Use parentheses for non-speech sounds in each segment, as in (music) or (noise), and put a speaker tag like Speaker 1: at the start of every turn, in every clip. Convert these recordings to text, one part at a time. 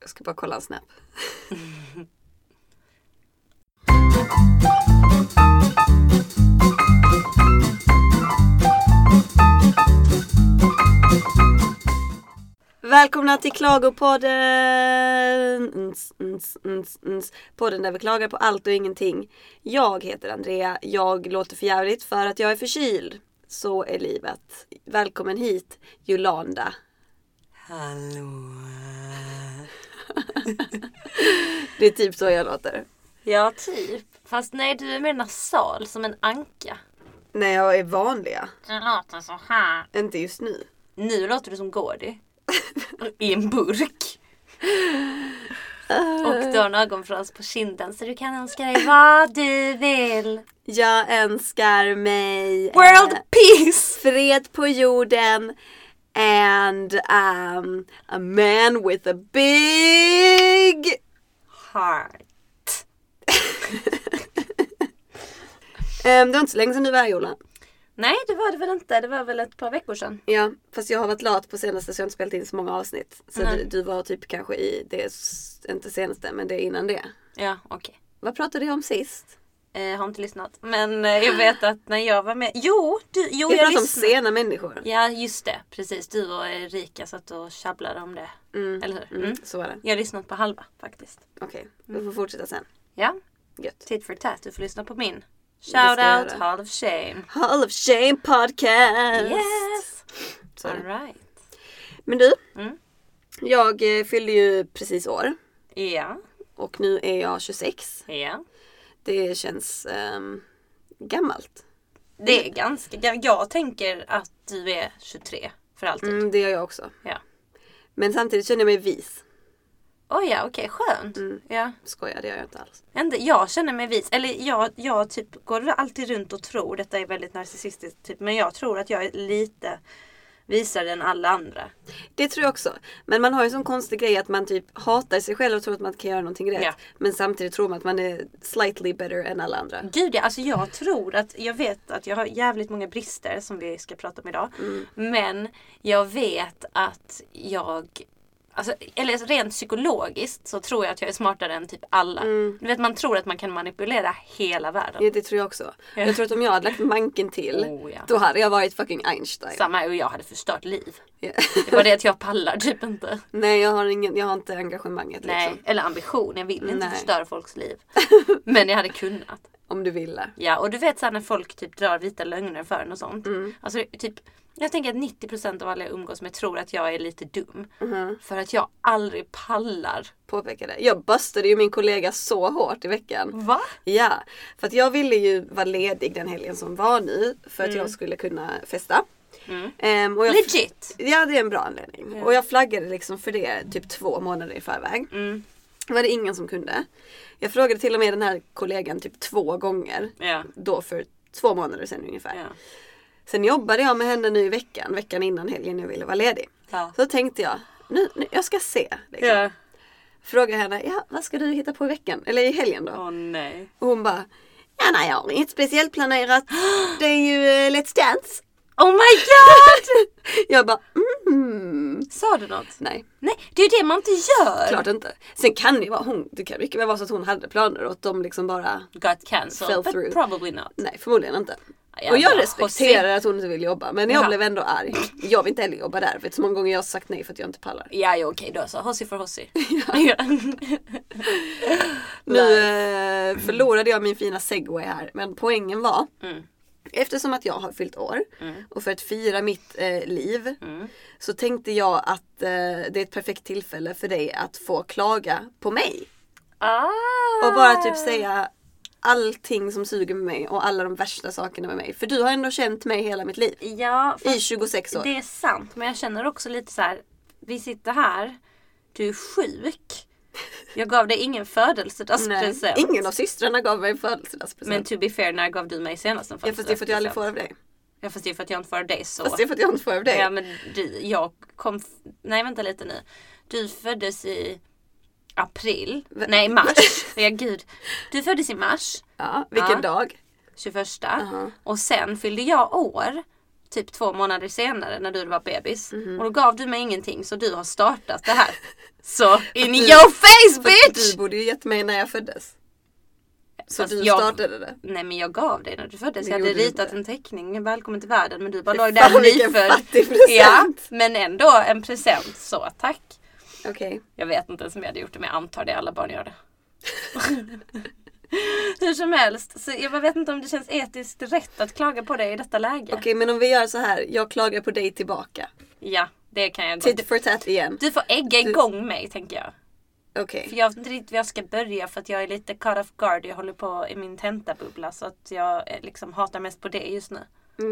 Speaker 1: Jag ska bara kolla en snap. Välkomna till Klagopodden! Ns, ns, ns, ns. Podden där vi klagar på allt och ingenting. Jag heter Andrea. Jag låter för jävligt för att jag är förkyld. Så är livet. Välkommen hit, Jolanda.
Speaker 2: Hallå.
Speaker 1: Det är typ så jag låter.
Speaker 2: Ja, typ. Fast nej, du är mer nasal, som en anka.
Speaker 1: När jag är vanliga.
Speaker 2: Du låter så här.
Speaker 1: Inte just nu.
Speaker 2: Nu låter du som Gordy. (laughs) I en burk. Och du har en ögonfrans på kinden så du kan önska dig vad du vill.
Speaker 1: Jag önskar mig eh,
Speaker 2: (laughs) World peace!
Speaker 1: fred på jorden and um, a man with a big... (laughs)
Speaker 2: Heart.
Speaker 1: Ehm, det var inte så länge sedan du var här Jola.
Speaker 2: Nej, det var det väl inte. Det var väl ett par veckor sedan.
Speaker 1: Ja, fast jag har varit lat på senaste så jag har inte spelat in så många avsnitt. Så
Speaker 2: Nej.
Speaker 1: du, du var typ kanske i det, s- inte senaste men det innan det.
Speaker 2: Ja, okej.
Speaker 1: Vad pratade jag om sist?
Speaker 2: Eh, har inte lyssnat. Men eh, jag vet att när jag var med... Jo, du, jo
Speaker 1: Vi
Speaker 2: Oh, jag
Speaker 1: pratade om
Speaker 2: lyssnade.
Speaker 1: sena människor.
Speaker 2: Ja just det, precis. Du och Erika satt och tjabblade om det.
Speaker 1: Mm.
Speaker 2: Eller hur?
Speaker 1: Mm,
Speaker 2: Mm.
Speaker 1: så var det.
Speaker 2: Jag har lyssnat på halva faktiskt.
Speaker 1: Okej, vi får fortsätta sen.
Speaker 2: Ja,
Speaker 1: Gött.
Speaker 2: tit for tat. Du får lyssna på min.
Speaker 1: ska jag
Speaker 2: Shout out
Speaker 1: göra.
Speaker 2: Hall of Shame.
Speaker 1: Hall of Shame podcast!
Speaker 2: Yes!
Speaker 1: Så är det.
Speaker 2: Alright.
Speaker 1: Men du,
Speaker 2: Mm.
Speaker 1: jag eh, fyllde ju precis år
Speaker 2: Ja,
Speaker 1: och nu är jag 26.
Speaker 2: ja.
Speaker 1: Det känns ehm, gammalt. Mm.
Speaker 2: Det är ganska... ga- Jag tänker att du är 23 för alltid.
Speaker 1: Mm, det gör jag också.
Speaker 2: Typ. Ja.
Speaker 1: Men samtidigt känner jag mig vis.
Speaker 2: Oj ja, okej, skönt.
Speaker 1: Mm.
Speaker 2: Ja.
Speaker 1: Skojar, det gör jag inte alls.
Speaker 2: Inte, jag känner mig vis. Eller jag, jag typ går alltid runt och tror, detta är väldigt narcissistiskt, typ, men jag tror att jag är lite visare än alla andra.
Speaker 1: Det tror jag också. Men man har ju en sån konstig grej att man typ hatar sig själv och tror att man kan göra någonting rätt.
Speaker 2: Ja.
Speaker 1: Men samtidigt tror man att man är slightly better än alla andra.
Speaker 2: Gud ja, alltså jag tror att jag vet att jag har jävligt många brister som vi ska prata om idag. Men jag vet att jag Alltså, eller rent psykologiskt så tror jag att jag är smartare än typ alla. Du vet man tror att man kan manipulera hela världen.
Speaker 1: Ja, det tror jag också. Jag tror att om jag hade lagt manken till,
Speaker 2: Oh, ja.
Speaker 1: då hade jag varit fucking Einstein.
Speaker 2: Samma och jag hade förstört liv.
Speaker 1: Ja. (laughs)
Speaker 2: Det var det att jag pallar typ inte.
Speaker 1: Nej, jag har, ingen, jag har inte engagemanget
Speaker 2: Nej.
Speaker 1: liksom.
Speaker 2: Eller ambition, jag vill inte
Speaker 1: Nej.
Speaker 2: förstöra folks liv. Men jag hade kunnat.
Speaker 1: Om du ville.
Speaker 2: Ja, och du vet såhär när folk typ drar vita lögner för en och sånt.
Speaker 1: Mm.
Speaker 2: Alltså det- typ, jag tänker att 90% av alla jag umgås med tror att jag är lite dum.
Speaker 1: Mm-hmm.
Speaker 2: För att jag aldrig pallar.
Speaker 1: Påpeka det. Jag bustade ju min kollega så hårt i veckan.
Speaker 2: Va?
Speaker 1: Ja, för att jag ville ju vara ledig den helgen som var nu för att jag skulle kunna festa. Ehm, och jag
Speaker 2: Mm. Legit!
Speaker 1: Ja, det är en bra anledning. Och jag flaggade liksom för det typ två månader i förväg.
Speaker 2: Mm,
Speaker 1: Det var det ingen som kunde. Jag frågade till och med den här kollegan typ två gånger.
Speaker 2: Ja.
Speaker 1: Då för två månader sedan ungefär.
Speaker 2: Ja.
Speaker 1: Sen jobbade jag med henne nu i veckan, veckan innan helgen jag ville vara ledig.
Speaker 2: Ja.
Speaker 1: Så tänkte jag, nu, nu, jag ska se. Liksom.
Speaker 2: Ja.
Speaker 1: Frågade henne, ja, vad ska du hitta på i veckan? Eller i helgen då?
Speaker 2: Åh nej.
Speaker 1: Och hon bara, ja nej jag har inget speciellt planerat. Det är ju eh, Let's Dance. (laughs)
Speaker 2: Oh my god!
Speaker 1: jag bara, mm,
Speaker 2: Sa du något?
Speaker 1: nej.
Speaker 2: Nej, det är ju det man inte gör!
Speaker 1: Klart inte. Sen kan det ju vara hon, det kan mycket väl vara så att hon hade planer och att de liksom bara,
Speaker 2: Got cancelled,
Speaker 1: Fell
Speaker 2: but
Speaker 1: through.
Speaker 2: probably not.
Speaker 1: nej förmodligen inte.
Speaker 2: Ja,
Speaker 1: och jag
Speaker 2: bara,
Speaker 1: respekterar att hon inte vill jobba men jag
Speaker 2: Jaha.
Speaker 1: blev ändå arg. Jag vill inte heller jobba där för så många gånger jag har sagt nej för att jag inte pallar.
Speaker 2: Ja, ja okej då så. Hossi
Speaker 1: (laughs)
Speaker 2: för hossi. Ja.
Speaker 1: Nu eh, förlorade jag min fina segway här men poängen var Eftersom att jag har fyllt år och för att fira mitt eh, liv så tänkte jag att eh, det är ett perfekt tillfälle för dig att få klaga på mig.
Speaker 2: (laughs) ah.
Speaker 1: Och bara typ säga allting som suger med mig och alla de värsta sakerna med mig. För du har ändå känt mig hela mitt liv.
Speaker 2: Ja,
Speaker 1: I 26 år.
Speaker 2: Det är sant, men jag känner också lite så här. Vi sitter här, du är sjuk. Jag gav dig ingen
Speaker 1: Nej,
Speaker 2: födelsedagspresent.
Speaker 1: eh, ingen av systrarna gav mig en födelsedagspresent.
Speaker 2: Men to be fair, när gav du mig senast en
Speaker 1: Ja, fast det är för att jag aldrig får av dig.
Speaker 2: Ja fast det är för att jag inte får av dig så.
Speaker 1: Fast det är för att jag inte får av dig.
Speaker 2: Ja men du, jag kom... f- Nej vänta lite nu. Du föddes i april.
Speaker 1: Va- (laughs)
Speaker 2: Nej mars. ja gud. Du föddes i mars.
Speaker 1: Ja, vilken
Speaker 2: Ja.
Speaker 1: dag?
Speaker 2: 21. Och sen fyllde jag år typ
Speaker 1: Mhm. (laughs)
Speaker 2: två månader senare när du var bebis. Och då gav du mig ingenting så du har startat det här. Så in
Speaker 1: du-
Speaker 2: your face
Speaker 1: För att
Speaker 2: bitch!
Speaker 1: Du borde ju gett mig när jag föddes. Så
Speaker 2: Fast
Speaker 1: du
Speaker 2: jag-
Speaker 1: startade det.
Speaker 2: Nej men jag gav dig när du föddes.
Speaker 1: Alltså, Det
Speaker 2: Jag hade
Speaker 1: gjorde du
Speaker 2: ritat
Speaker 1: inte.
Speaker 2: en teckning, Välkommen till världen. Men du bara
Speaker 1: Fy
Speaker 2: låg
Speaker 1: fan,
Speaker 2: där
Speaker 1: vilken
Speaker 2: nyfödd.
Speaker 1: fattig present.
Speaker 2: Ja, men ändå en present. Så tack.
Speaker 1: Okej.
Speaker 2: Jag vet inte ens om jag hade gjort det men jag antar det. Alla barn gör
Speaker 1: (laughs)
Speaker 2: det. Hur som helst, så jag bara vet inte om det känns etiskt rätt att klaga på dig i detta läge.
Speaker 1: Okej men om vi gör så här. Jag klagar på dig tillbaka.
Speaker 2: Ja, det kan jag
Speaker 1: Tit
Speaker 2: gå.
Speaker 1: for tat igen.
Speaker 2: Du får ägga igång mig tänker jag.
Speaker 1: Okej.
Speaker 2: För jag vet inte riktigt var jag ska börja för att jag är lite caught off guard. Jag håller på i min tentabubbla så att jag eh, liksom hatar mest på det just nu.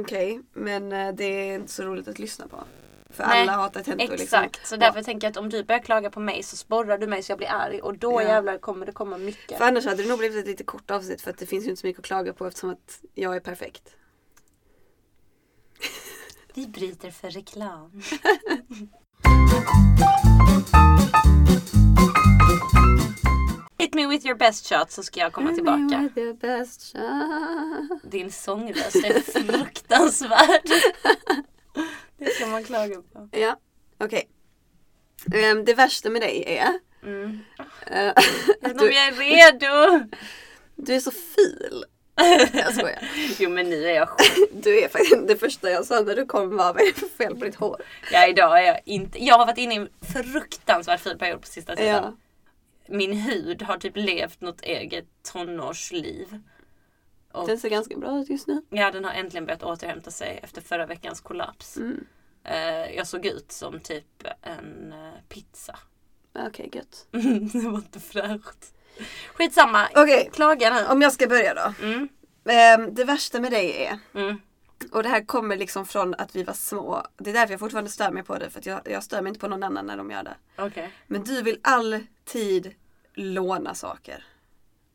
Speaker 1: Okej. Men eh, det är inte så roligt att lyssna på. För
Speaker 2: Nej,
Speaker 1: alla hatar tentor liksom.
Speaker 2: Exakt, så därför tänker jag att om du börjar klaga på mig så sporrar du mig så jag blir arg och då
Speaker 1: Ja.
Speaker 2: jävlar kommer det komma mycket.
Speaker 1: För annars hade det nog blivit ett lite kort avsnitt för att det finns ju inte så mycket att klaga på eftersom att jag är perfekt.
Speaker 2: Vi bryter
Speaker 1: (laughs)
Speaker 2: för reklam. Hit me with your best shot så ska jag komma tillbaka.
Speaker 1: You're the best shot.
Speaker 2: Din sångröst är fruktansvärd. (laughs) Det ska man klaga på.
Speaker 1: Ja, okej. Ehm, det värsta med dig är
Speaker 2: Mm.
Speaker 1: eh,
Speaker 2: Jag vet
Speaker 1: att
Speaker 2: inte om
Speaker 1: du,
Speaker 2: jag är redo.
Speaker 1: du är så (laughs) fil. Jag skojar.
Speaker 2: Jo men nu är jag sjuk.
Speaker 1: Du är faktiskt det första jag sa när du kom var vad är det för fel på ditt hår?
Speaker 2: Ja idag är jag inte. Jag har varit inne i en fruktansvärt fin period på sista tiden.
Speaker 1: Ja.
Speaker 2: min hud har typ levt något eget tonårsliv. Och
Speaker 1: Den ser ganska bra ut just nu.
Speaker 2: ja, den har äntligen börjat återhämta sig efter förra veckans kollaps.
Speaker 1: Mm.
Speaker 2: Eh, jag såg ut som typ en eh, pizza. (laughs)
Speaker 1: Okej, gött.
Speaker 2: det var inte fräscht. Skitsamma,
Speaker 1: Okej,
Speaker 2: klaga nu.
Speaker 1: om jag ska börja då.
Speaker 2: Mm,
Speaker 1: Ehm, det värsta med dig är,
Speaker 2: mm,
Speaker 1: och det här kommer liksom från att vi var små. Det är därför jag fortfarande stör mig på det, för att jag, jag stör mig inte på någon annan när de gör det.
Speaker 2: okej.
Speaker 1: Men du vill alltid låna saker.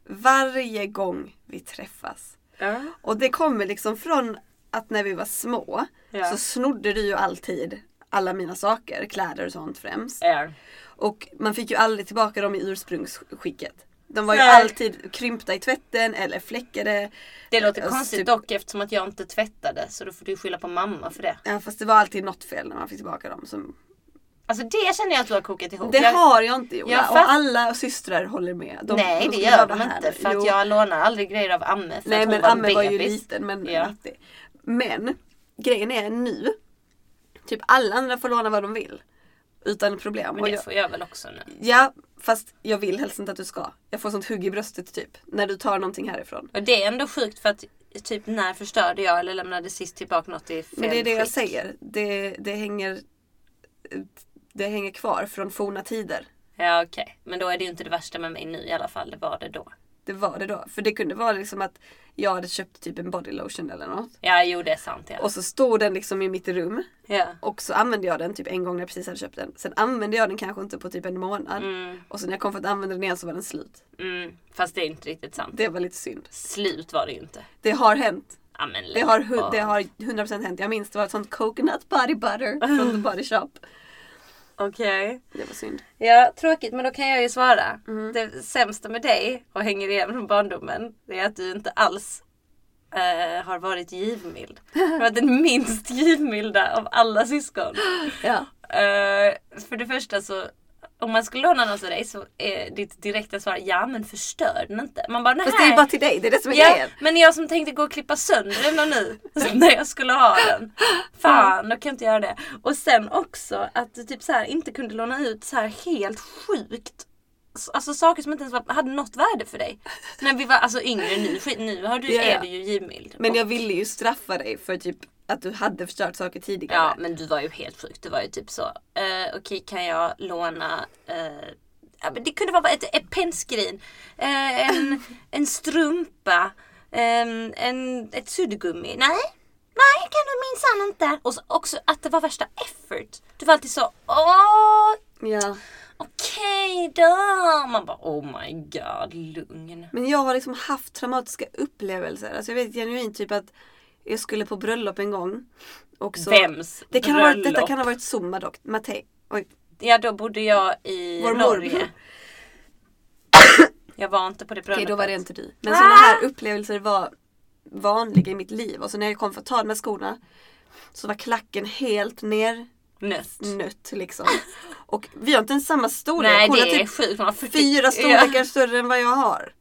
Speaker 1: Varje gång vi träffas.
Speaker 2: Ja.
Speaker 1: Och det kommer liksom från att när vi var små
Speaker 2: Ja.
Speaker 1: så snodde du ju alltid alla mina saker, kläder och sånt främst.
Speaker 2: Ja.
Speaker 1: Och man fick ju aldrig tillbaka dem i ursprungsskicket. De var ju
Speaker 2: Nej.
Speaker 1: alltid krympta i tvätten eller fläckade.
Speaker 2: Det låter
Speaker 1: Alltså,
Speaker 2: konstigt
Speaker 1: typ-
Speaker 2: dock eftersom att jag inte tvättade så då får du skylla på mamma för det.
Speaker 1: Ja, fast det var alltid något fel när man fick tillbaka dem. Så
Speaker 2: Alltså det känner jag att du har kokat ihop.
Speaker 1: det
Speaker 2: jag...
Speaker 1: har jag inte Jola.
Speaker 2: jag fast-
Speaker 1: Och alla systrar håller med. De-
Speaker 2: Nej
Speaker 1: de
Speaker 2: det
Speaker 1: skulle
Speaker 2: gör
Speaker 1: vara
Speaker 2: de inte
Speaker 1: här.
Speaker 2: för
Speaker 1: Jo.
Speaker 2: att jag lånar aldrig grejer av Amme för
Speaker 1: Nej
Speaker 2: att hon
Speaker 1: men
Speaker 2: var en
Speaker 1: Amme var ju
Speaker 2: bebis.
Speaker 1: liten men
Speaker 2: Ja.
Speaker 1: nattig. Men grejen är nu, typ alla andra får låna vad de vill. Utan problem.
Speaker 2: Men
Speaker 1: Och
Speaker 2: det
Speaker 1: jag,
Speaker 2: får jag väl också nu.
Speaker 1: ja fast jag vill helst inte att du ska. Jag får sånt hugg i bröstet typ. När du tar någonting härifrån.
Speaker 2: Och det är ändå sjukt för att typ när förstörde jag eller lämnade sist tillbaka något i fel
Speaker 1: Men det är det jag
Speaker 2: skick?
Speaker 1: säger. Det, det, hänger, det hänger kvar från forna tider.
Speaker 2: Ja okej. Men då är det ju inte det värsta med mig nu i alla fall. Det var det då.
Speaker 1: Det var det då. För det kunde vara liksom att jag hade köpt typ en body lotion eller något.
Speaker 2: Ja jo det är sant ja.
Speaker 1: Och så stod den liksom i mitt rum.
Speaker 2: ja.
Speaker 1: Och så använde jag den typ en gång när jag precis hade köpt den. Sen använde jag den kanske inte på typ en månad.
Speaker 2: Mm,
Speaker 1: Och sen när jag kom för att använda den igen så var den slut.
Speaker 2: mm. Fast det är inte riktigt sant.
Speaker 1: Det var lite synd.
Speaker 2: Slut var det ju inte.
Speaker 1: Det har hänt.
Speaker 2: Ja, men
Speaker 1: Det har,
Speaker 2: lägg
Speaker 1: hu-
Speaker 2: av.
Speaker 1: det har 100% hänt. Jag minns det var ett sånt coconut body butter
Speaker 2: (laughs)
Speaker 1: från the body shop.
Speaker 2: Okej.
Speaker 1: Det var synd.
Speaker 2: Ja, tråkigt men då kan jag ju svara.
Speaker 1: Mm.
Speaker 2: Det sämsta med dig och hänger igen från barndomen det är att du inte alls eh, har varit givmild. Du har varit den minst (laughs) givmilda av alla syskon.
Speaker 1: Ja.
Speaker 2: Eh, för det första så om man skulle låna något av dig så är ditt direkta svar ja men förstör den inte. Man bara nej.
Speaker 1: Fast det är ju bara till dig. Det är det som är
Speaker 2: Ja,
Speaker 1: grejen.
Speaker 2: men jag som tänkte gå och klippa sönder den och nu (laughs) så när jag skulle ha den. Fan, då kan jag inte göra det. Och sen också att du typ så här inte kunde låna ut så här helt sjukt. s- Alltså saker som inte ens var, hade något värde för dig. När vi var alltså yngre nu, skit- nu har du,
Speaker 1: Ja, ja.
Speaker 2: är du ju givmild.
Speaker 1: Men jag ville ju straffa dig för typ att du hade förstört saker tidigare.
Speaker 2: Ja men du var ju helt sjuk. Du var ju typ så. Uh, Okej kan jag låna eh, ja, men det kunde vara ett, ett pennskrin,
Speaker 1: (laughs)
Speaker 2: eh, en, en strumpa, ehm, en, ett suddgummi. Nej, nej kan du minsann inte. Och så också att det var värsta effort. Du var alltid så åh
Speaker 1: Ja.
Speaker 2: okej då. Man bara oh my god lugn.
Speaker 1: Men jag har liksom haft traumatiska upplevelser. Alltså jag vet genuint typ att jag skulle på bröllop en gång. Och så,
Speaker 2: Vems
Speaker 1: Det kan ha varit,
Speaker 2: bröllop?
Speaker 1: detta kan ha varit Zuma dock. Mattei. Oj.
Speaker 2: Ja då bodde jag i
Speaker 1: Vår morbror.
Speaker 2: Norge. Jag var inte på det bröllopet.
Speaker 1: Okej, då var det inte du. Men sådana
Speaker 2: Ah!
Speaker 1: här upplevelser var vanliga i mitt liv. Och så när jag kom för att ta de här skorna så var klacken helt ner
Speaker 2: Nött.
Speaker 1: nött liksom.
Speaker 2: (laughs)
Speaker 1: Och vi har inte ens samma storlek.
Speaker 2: Nej
Speaker 1: hon har
Speaker 2: det är
Speaker 1: typ
Speaker 2: sjukt. Hon har 40
Speaker 1: fyra
Speaker 2: Ja.
Speaker 1: storlekar större än vad jag har.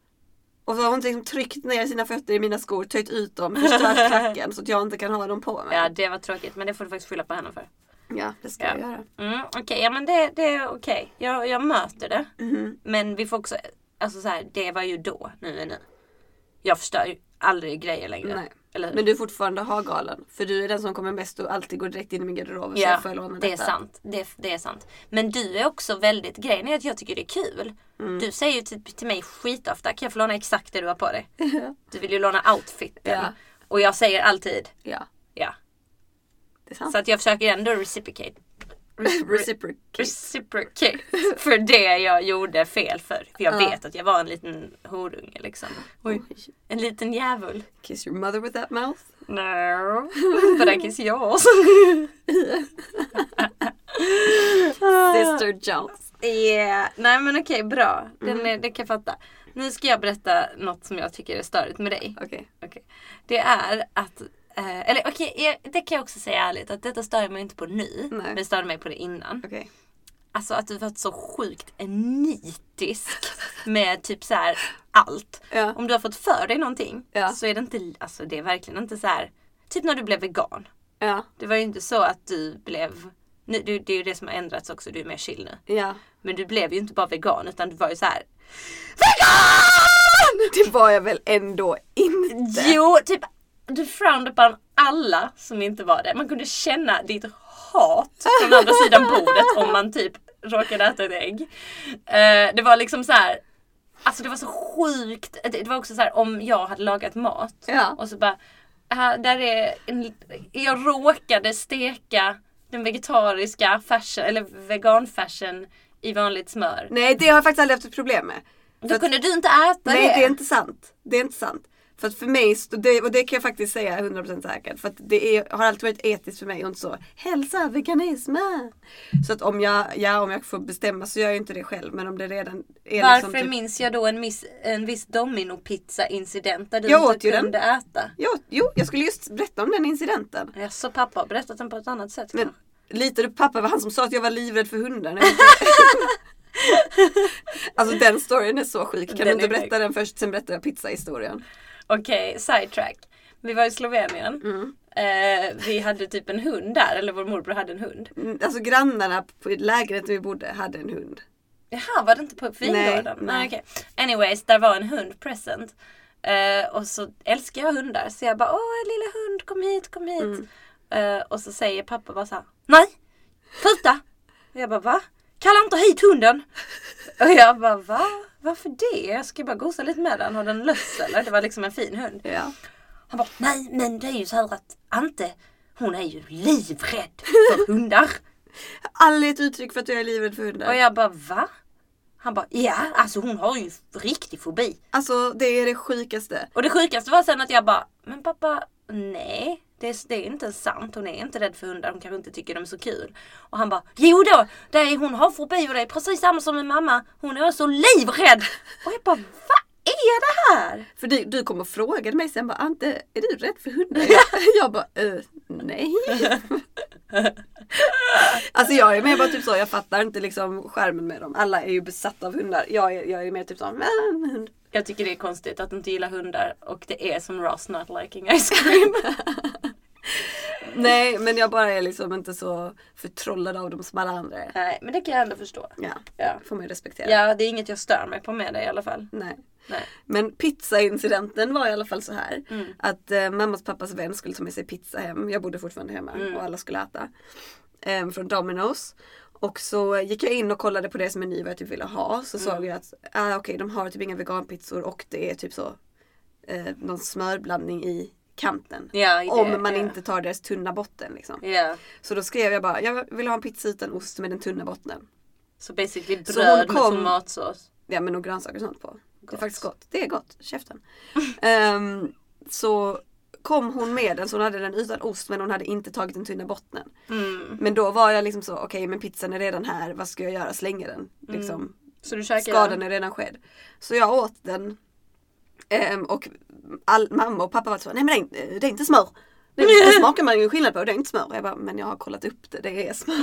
Speaker 1: Och så har hon liksom tryckt ner sina fötter i mina skor, töjt ut dem,
Speaker 2: (laughs)
Speaker 1: förstört klacken så att jag inte kan ha dem på mig.
Speaker 2: Ja det var tråkigt men det får du faktiskt skylla på henne för.
Speaker 1: Ja, det ska jag göra.
Speaker 2: Mm, okej, ja men det, det är okej. Jag, jag möter det.
Speaker 1: Mhm.
Speaker 2: Men vi får också, alltså så här, det var ju då, nu är nu. Jag förstör ju aldrig grejer längre.
Speaker 1: Nej.
Speaker 2: Eller hur?
Speaker 1: Men du är fortfarande ha galen. För du är den som kommer bäst och alltid går direkt in i min garderob och säger
Speaker 2: Ja,
Speaker 1: får jag låna
Speaker 2: det är
Speaker 1: detta?"
Speaker 2: sant. Det, det är sant. Men du är också väldigt, grejen är att jag tycker det är kul.
Speaker 1: Mm.
Speaker 2: Du säger ju till, till mig skitofta, kan jag få låna exakt det du har på dig? Du vill ju låna outfiten.
Speaker 1: Ja.
Speaker 2: Och jag säger alltid,
Speaker 1: Ja,
Speaker 2: ja.
Speaker 1: det är sant.
Speaker 2: Så att jag försöker ändå reciprocate.
Speaker 1: (laughs) Reciprocate.
Speaker 2: reciprocate för det jag gjorde fel för. För jag
Speaker 1: Ja.
Speaker 2: vet att jag var en liten horunge liksom. Oj. En liten djävul.
Speaker 1: Kiss your mother with that mouth.
Speaker 2: No, but I kiss yours. Ah.
Speaker 1: Sister Jones.
Speaker 2: yeah. Nej men okej, bra. Den, är, den kan jag fatta. Nu ska jag berätta något som jag tycker är störigt med dig.
Speaker 1: Okej.
Speaker 2: Okej. Det är att eh, eller okej, jag- det kan jag också säga ärligt att detta stör jag mig inte på nu.
Speaker 1: Nej.
Speaker 2: Men det störde mig på det innan.
Speaker 1: Okej.
Speaker 2: Alltså att du varit så sjukt nitisk med typ så här allt.
Speaker 1: Ja.
Speaker 2: Om du har fått för dig någonting
Speaker 1: Ja.
Speaker 2: så är det inte, alltså det är verkligen inte så här. Typ när du blev vegan.
Speaker 1: Ja.
Speaker 2: Det var ju inte så att du blev, nu, du, det är ju det som har ändrats också, du är mer chill nu.
Speaker 1: Ja.
Speaker 2: Men du blev ju inte bara vegan utan du var ju så här.
Speaker 1: Det var jag väl ändå inte.
Speaker 2: Jo, typ du frowned upon alla som inte var det. Man kunde känna ditt hat från andra sidan bordet om man typ råkade äta ett ägg. Eh, det var liksom så här. Alltså det var så sjukt. Eh, Det det var också så här om jag hade lagat mat
Speaker 1: Ja.
Speaker 2: och så bara "Ah, där är en, jag råkade steka den vegetariska färsen eller veganfärsen i vanligt smör.
Speaker 1: Nej, det har jag faktiskt aldrig haft ett problem med. För
Speaker 2: Då
Speaker 1: att-
Speaker 2: kunde du inte äta
Speaker 1: Nej, det är inte sant. Det är inte sant. För att för mig, stod det, och det kan jag faktiskt säga 100% säkert, för att det är, har alltid varit etiskt för mig och inte så hälsa, veganism. äh." Så att om jag, ja, om jag får bestämma så gör jag inte det själv. Men om det redan är
Speaker 2: Varför
Speaker 1: liksom typ,
Speaker 2: minns jag då en, miss, en viss dominopizza-incident där du
Speaker 1: Jag åt
Speaker 2: inte
Speaker 1: ju den.
Speaker 2: kunde äta?
Speaker 1: jo, jo, jag skulle just berätta om den incidenten.
Speaker 2: Ja, så pappa har berättat den på ett annat sätt
Speaker 1: Men
Speaker 2: kanske.
Speaker 1: litade pappa var han som sa att jag var livrädd för hundar? när jag inte-
Speaker 2: (laughs)
Speaker 1: alltså den storyn är så sjuk. Kan
Speaker 2: Den
Speaker 1: du
Speaker 2: är
Speaker 1: inte
Speaker 2: sjuk.
Speaker 1: berätta den först, sen berättar jag pizzahistorien.
Speaker 2: Okej, sidetrack. Vi var i Slovenien.
Speaker 1: Mm.
Speaker 2: Eh, vi hade typ en hund där, eller vår morbror hade en hund.
Speaker 1: Mm, Alltså grannarna på lägret där vi bodde hade en hund.
Speaker 2: Jaha, var det inte på vingården?
Speaker 1: Nej,
Speaker 2: Nej,
Speaker 1: nej.
Speaker 2: okej. Anyways, där var en hund present. Eh, och så älskar jag hundar så jag bara åh lilla hund kom hit, kom hit.
Speaker 1: Mm.
Speaker 2: Eh, och så säger pappa bara så här, nej, sluta! Och jag bara va? Kalla inte hit
Speaker 1: (laughs)
Speaker 2: hunden! Och jag bara va? Varför det? Jag ska bara gosa lite med den. Har den löss eller? Det var liksom en fin hund.
Speaker 1: Ja.
Speaker 2: Han bara, nej men det är ju så här att Ante, hon är ju livrädd för hundar.
Speaker 1: Aldrig ett uttryck för att jag är livrädd för hundar.
Speaker 2: Och jag bara, va? Han bara, ja alltså hon har ju riktig fobi.
Speaker 1: Alltså det är det sjukaste.
Speaker 2: Och det sjukaste var sen att jag bara, men pappa, nej. Det är, det är inte sant, hon är inte rädd för hundar, hon kanske inte tycker de är så kul. Och han bara, jo då, det är, hon har fobi och det är precis samma som med mamma, hon är också livrädd! Och jag bara, vad är det här?
Speaker 1: För du, du kom och frågade mig sen bara Ante, är du rädd för hundar? (laughs) jag bara, eh, nej. (laughs) alltså jag är mer bara typ så, jag fattar inte liksom skärmen med dem. Alla är ju besatta av hundar. Jag är, jag är mer typ så, men en hund.
Speaker 2: Jag tycker det är konstigt att inte gilla hundar och det är som Ross not liking ice cream.
Speaker 1: Nej (laughs) men jag bara är liksom inte så förtrollad av dem som alla andra är.
Speaker 2: (laughs) Nej, men det kan jag ändå förstå.
Speaker 1: Ja,
Speaker 2: Ja.
Speaker 1: får man ju respektera.
Speaker 2: ja, det är inget jag stör mig på med det i alla fall.
Speaker 1: Nej.
Speaker 2: Nej.
Speaker 1: Men pizzaincidenten var i alla fall så här.
Speaker 2: Mm.
Speaker 1: Att eh, mammas pappas vän skulle ta med sig pizza hem. Jag bodde fortfarande hemma
Speaker 2: Mm.
Speaker 1: och alla skulle äta. Eh, från Domino's. Och så gick jag in och kollade på deras meny vad jag typ ville ha. Så
Speaker 2: Mm.
Speaker 1: såg jag att ah, okej de har typ inga veganpizzor och det är typ så eh, någon smörblandning i kanten.
Speaker 2: Ja, i det,
Speaker 1: Om man
Speaker 2: ja.
Speaker 1: inte tar deras tunna botten liksom.
Speaker 2: Ja,
Speaker 1: Så då skrev jag bara, jag vill ha en pizza utan ost med den tunna bottnen.
Speaker 2: så basically
Speaker 1: Så
Speaker 2: bröd
Speaker 1: hon
Speaker 2: med
Speaker 1: kom-
Speaker 2: tomatsås.
Speaker 1: Ja men och grönsaker och sånt på. Det är
Speaker 2: Gott.
Speaker 1: faktiskt gott. Det är gott. Käften. (laughs) Ehm, så kom hon med den så hon hade den utan ost men hon hade inte tagit den tunna bottnen.
Speaker 2: Mm.
Speaker 1: Men då var jag liksom så okej men pizzan är redan här. Vad ska jag göra? Slänga den.
Speaker 2: Mm.
Speaker 1: Liksom.
Speaker 2: Så du käkar
Speaker 1: Skadan är redan skedd. Så jag åt den. Ehm, och all, mamma och pappa var så nej men det är, inte- det är inte smör. Det, det
Speaker 2: (laughs)
Speaker 1: smakar man ju skillnad på. Det är inte smör. Jag bara, men jag har kollat upp det. Det är
Speaker 2: (laughs)
Speaker 1: smör.